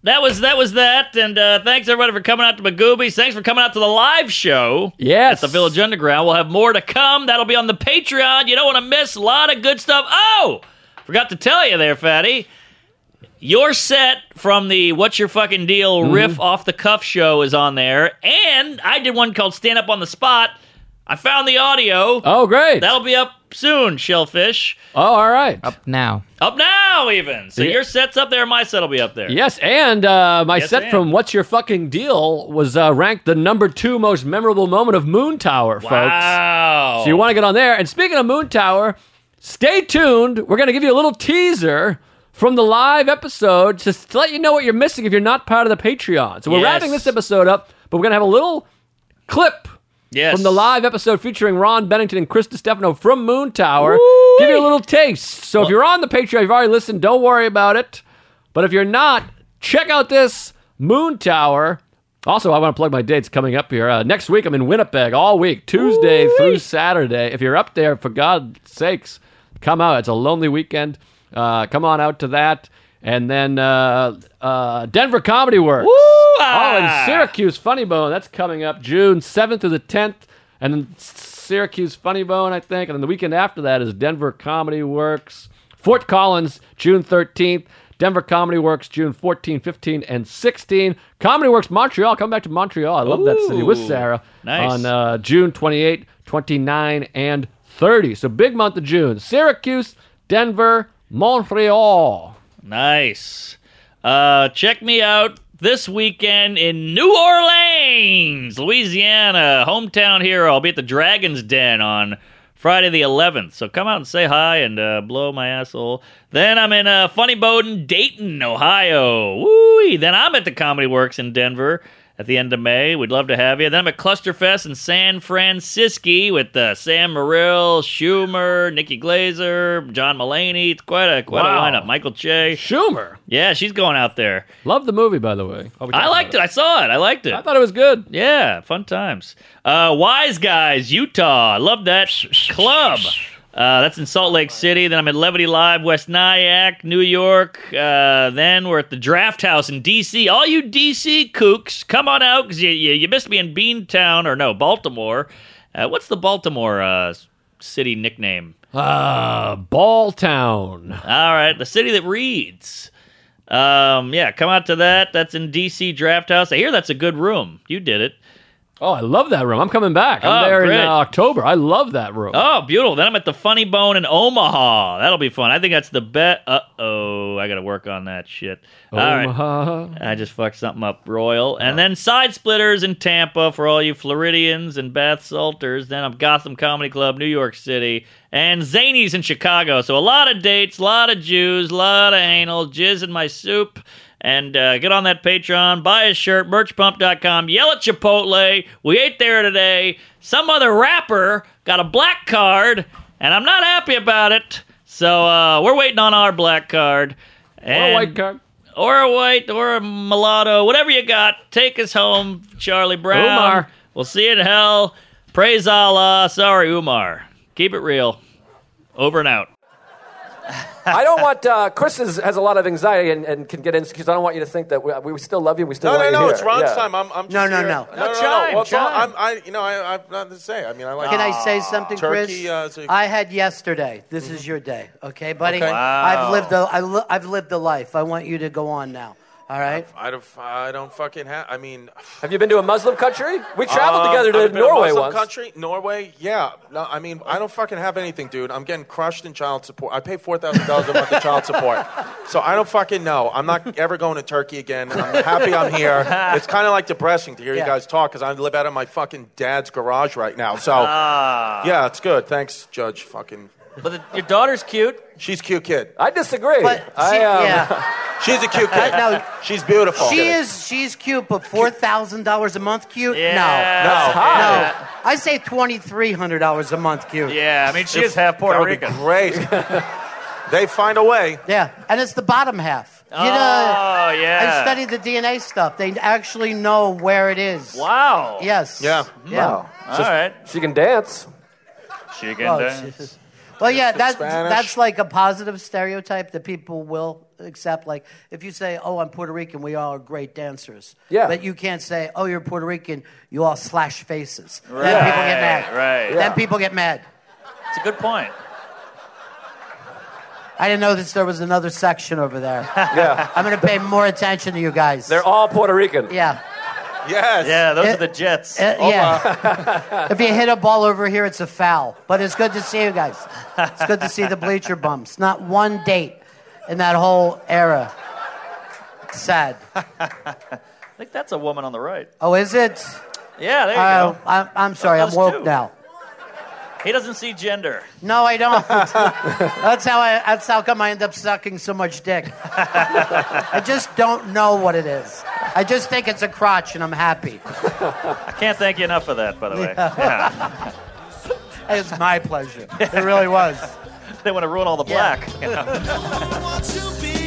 [SPEAKER 3] that was that was that. And uh, thanks everybody for coming out to Magoobies. Thanks for coming out to the live show.
[SPEAKER 2] Yes,
[SPEAKER 3] At the Village Underground. We'll have more to come. That'll be on the Patreon. You don't want to miss a lot of good stuff. Oh, forgot to tell you there, Fatty. Your set from the What's Your Fucking Deal
[SPEAKER 2] Mm-hmm.
[SPEAKER 3] riff off the cuff show is on there. And I did one called Stand Up on the Spot. I found the audio.
[SPEAKER 2] Oh, great.
[SPEAKER 3] That'll be up soon, Shellfish.
[SPEAKER 2] oh, all right.
[SPEAKER 5] Now,
[SPEAKER 3] Up now, even. So
[SPEAKER 2] Yeah.
[SPEAKER 3] your set's up there, my set'll be up there.
[SPEAKER 2] Yes, and uh, my
[SPEAKER 3] Yes,
[SPEAKER 2] set
[SPEAKER 3] and.
[SPEAKER 2] from "What's Your Fucking Deal" was uh, ranked the number two most memorable moment of Moon Tower, folks.
[SPEAKER 3] Wow.
[SPEAKER 2] So you want to get on there. And speaking of Moon Tower, stay tuned. We're going to give you a little teaser from the live episode just to let you know what you're missing if you're not part of the Patreon. So we're
[SPEAKER 3] Yes.
[SPEAKER 2] wrapping this episode up, but we're going to have a little clip
[SPEAKER 3] yes.
[SPEAKER 2] from the live episode featuring Ron Bennington and Chris Stefano from Moon Tower. Give you a little taste. So if you're on the Patreon, you've already listened, don't worry about it. But if you're not, check out this Moon Tower. Also, I want to plug my dates coming up here. Uh, next week, I'm in Winnipeg all week, Tuesday through Saturday. If you're up there, for God's sakes, come out. It's a lonely weekend. Uh, come on out to that. And then uh, uh, Denver Comedy Works. Oh, and Syracuse Funny Bone. That's coming up June 7th through the 10th. And then Syracuse Funny Bone, I think. And then the weekend after that is Denver Comedy Works. Fort Collins, June 13th. Denver Comedy Works, June 14, 15, and 16. Comedy Works Montreal. Come back to Montreal. I love that city with
[SPEAKER 3] Ooh,
[SPEAKER 2] Sarah.
[SPEAKER 3] nice.
[SPEAKER 2] On uh, June 28, 29, and 30. So big month of June. Syracuse, Denver, Montreal.
[SPEAKER 3] Nice. Uh, check me out this weekend in New Orleans, Louisiana, hometown hero. I'll be at the Dragon's Den on Friday the 11th. So come out and say hi and uh, blow my asshole. Then I'm in uh, Funny Bowden, Dayton, Ohio. Woo! Then I'm at the Comedy Works in Denver at the end of May. We'd love to have you. Then I'm at Clusterfest in San Francisco with uh, Sam Morrill, Schumer, Nikki Glazer, John Mullaney. It's quite a quite
[SPEAKER 2] Wow.
[SPEAKER 3] a lineup. Michael Che.
[SPEAKER 2] Schumer.
[SPEAKER 3] Yeah, she's going out there.
[SPEAKER 2] Love the movie, by the way. Oh, we
[SPEAKER 3] I
[SPEAKER 2] talked
[SPEAKER 3] liked
[SPEAKER 2] about
[SPEAKER 3] it. I saw it. I liked it.
[SPEAKER 2] I thought it was good.
[SPEAKER 3] yeah, fun times. Uh, Wise Guys, Utah. I love that club. Uh, that's in Salt Lake City. Then I'm at Levity Live, West Nyack, New York. Uh, then we're at the Draft House in D.C. All you D.C. kooks, come on out because you, you, you missed me in Beantown or no, Baltimore. Uh, what's the Baltimore uh, city nickname?
[SPEAKER 2] Uh, Ball Town.
[SPEAKER 3] All right, the city that reads. Um, yeah, come out to that. That's in DC Draft House. I hear that's a good room. You did it.
[SPEAKER 2] Oh, I love that room. I'm coming back. I'm
[SPEAKER 3] Oh,
[SPEAKER 2] there
[SPEAKER 3] great.
[SPEAKER 2] in uh, October. I love that room.
[SPEAKER 3] Oh, beautiful. Then I'm at the Funny Bone in Omaha. That'll be fun. I think that's the bet. Uh oh, I gotta work on that shit. All right.
[SPEAKER 2] Omaha.
[SPEAKER 3] I just fucked something up royal. And then Side Splitters in Tampa for all you Floridians and Bath Salters. Then I'm Gotham Comedy Club, New York City, and Zanies in Chicago. So a lot of dates, a lot of Jews, a lot of anal, jizz in my soup. And uh, get on that Patreon, buy a shirt, merchpump.com, yell at Chipotle. We ate there today. Some other rapper got a black card, and I'm not happy about it. So uh, we're waiting on our black card.
[SPEAKER 2] Or a
[SPEAKER 3] And-
[SPEAKER 2] white card.
[SPEAKER 3] or a white or a mulatto, whatever you got, take us home, Charlie Brown.
[SPEAKER 2] Umar.
[SPEAKER 3] We'll see you in hell. Praise Allah. Sorry, Umar. Keep it real. Over and out.
[SPEAKER 6] I don't want uh, Chris is, has a lot of anxiety and, and can get insecure. so I don't want you to think that we, we still love you. We still
[SPEAKER 7] No,
[SPEAKER 6] want
[SPEAKER 7] no,
[SPEAKER 6] you
[SPEAKER 7] no.
[SPEAKER 6] here.
[SPEAKER 7] It's Ron's
[SPEAKER 6] Yeah.
[SPEAKER 7] time. I'm, I'm just
[SPEAKER 8] No, no,
[SPEAKER 7] here.
[SPEAKER 8] no.
[SPEAKER 7] no, no, no.
[SPEAKER 8] Chime,
[SPEAKER 7] Well, it's all-
[SPEAKER 8] chime.
[SPEAKER 7] I'm, I, you know, I, I've nothing to say. I mean, I like.
[SPEAKER 8] Can I say something,
[SPEAKER 7] Turkey,
[SPEAKER 8] Chris?
[SPEAKER 7] uh, so you-
[SPEAKER 8] I had yesterday. This is your day, okay, buddy?
[SPEAKER 7] Okay.
[SPEAKER 8] I've lived a, I li- I've lived a life. I want you to go on now. All right.
[SPEAKER 7] I don't, I don't fucking have. I mean,
[SPEAKER 6] Have you been to a Muslim country? We traveled
[SPEAKER 7] um,
[SPEAKER 6] together
[SPEAKER 7] I've
[SPEAKER 6] to
[SPEAKER 7] been
[SPEAKER 6] Norway
[SPEAKER 7] a Muslim
[SPEAKER 6] once.
[SPEAKER 7] Country, Norway. Yeah. No, I mean, I don't fucking have anything, dude. I'm getting crushed in child support. I pay four thousand dollars a month in child support, so I don't fucking know. I'm not ever going to Turkey again. I'm happy I'm here. It's kind of like depressing to hear
[SPEAKER 8] Yeah.
[SPEAKER 7] you guys talk because I live out of my fucking dad's garage right now. So
[SPEAKER 8] Ah.
[SPEAKER 7] yeah, it's good. Thanks, Judge. Fucking,
[SPEAKER 3] But the, your daughter's cute.
[SPEAKER 7] she's a cute kid.
[SPEAKER 6] I disagree.
[SPEAKER 8] But
[SPEAKER 6] I,
[SPEAKER 8] she,
[SPEAKER 6] um,
[SPEAKER 8] yeah,
[SPEAKER 7] She's a cute kid.
[SPEAKER 8] no.
[SPEAKER 7] she's beautiful.
[SPEAKER 8] she is. She's cute, but four thousand dollars a month cute?
[SPEAKER 3] Yeah.
[SPEAKER 8] No,
[SPEAKER 3] That's
[SPEAKER 8] no. I say twenty three hundred dollars a month cute.
[SPEAKER 3] Yeah, I mean she is half
[SPEAKER 7] That
[SPEAKER 3] Puerto
[SPEAKER 7] would be
[SPEAKER 3] Rican.
[SPEAKER 7] great. they find a way.
[SPEAKER 8] Yeah, and it's the bottom half. You
[SPEAKER 3] Oh yeah.
[SPEAKER 8] I studied the DNA stuff. They actually know where it is.
[SPEAKER 3] Wow.
[SPEAKER 8] Yes.
[SPEAKER 7] Yeah.
[SPEAKER 8] Yeah.
[SPEAKER 6] Wow.
[SPEAKER 3] All right.
[SPEAKER 6] She can dance.
[SPEAKER 3] She can
[SPEAKER 8] Oh,
[SPEAKER 3] dance.
[SPEAKER 8] Jesus. Well, yeah, that's
[SPEAKER 7] Spanish.
[SPEAKER 8] that's like a positive stereotype that people will accept. Like, if you say, "Oh, I'm Puerto Rican," we all are great dancers.
[SPEAKER 6] Yeah.
[SPEAKER 8] But you can't say, "Oh, you're Puerto Rican." You all slash faces. Right. Then people get
[SPEAKER 3] Right.
[SPEAKER 8] mad.
[SPEAKER 3] Right.
[SPEAKER 8] Then people get mad.
[SPEAKER 3] It's a good point.
[SPEAKER 8] I didn't know that there was another section over there.
[SPEAKER 6] Yeah.
[SPEAKER 8] I'm going to pay more attention to you guys.
[SPEAKER 6] They're all Puerto Rican.
[SPEAKER 8] yeah.
[SPEAKER 7] Yes.
[SPEAKER 3] Yeah, those
[SPEAKER 8] It-
[SPEAKER 3] are the Jets.
[SPEAKER 8] Uh, yeah. if you hit a ball over here, it's a foul. But it's good to see you guys. It's good to see the bleacher bumps. Not one date in that whole era. Sad.
[SPEAKER 3] I think that's a woman on the right.
[SPEAKER 8] Oh, is it?
[SPEAKER 3] Yeah, there you
[SPEAKER 8] Oh,
[SPEAKER 3] go.
[SPEAKER 8] I'm, I'm sorry. I'm
[SPEAKER 3] Those
[SPEAKER 8] woke
[SPEAKER 3] two.
[SPEAKER 8] now.
[SPEAKER 3] He doesn't see gender.
[SPEAKER 8] No, I don't. that's how I. That's how come I end up sucking so much dick. I just don't know what it is. I just think it's a crotch, and I'm happy.
[SPEAKER 3] I can't thank you enough for that, by the way. Yeah.
[SPEAKER 8] It's my pleasure. It really was.
[SPEAKER 3] they want to ruin all the
[SPEAKER 8] Yeah.
[SPEAKER 3] black.
[SPEAKER 4] I want to be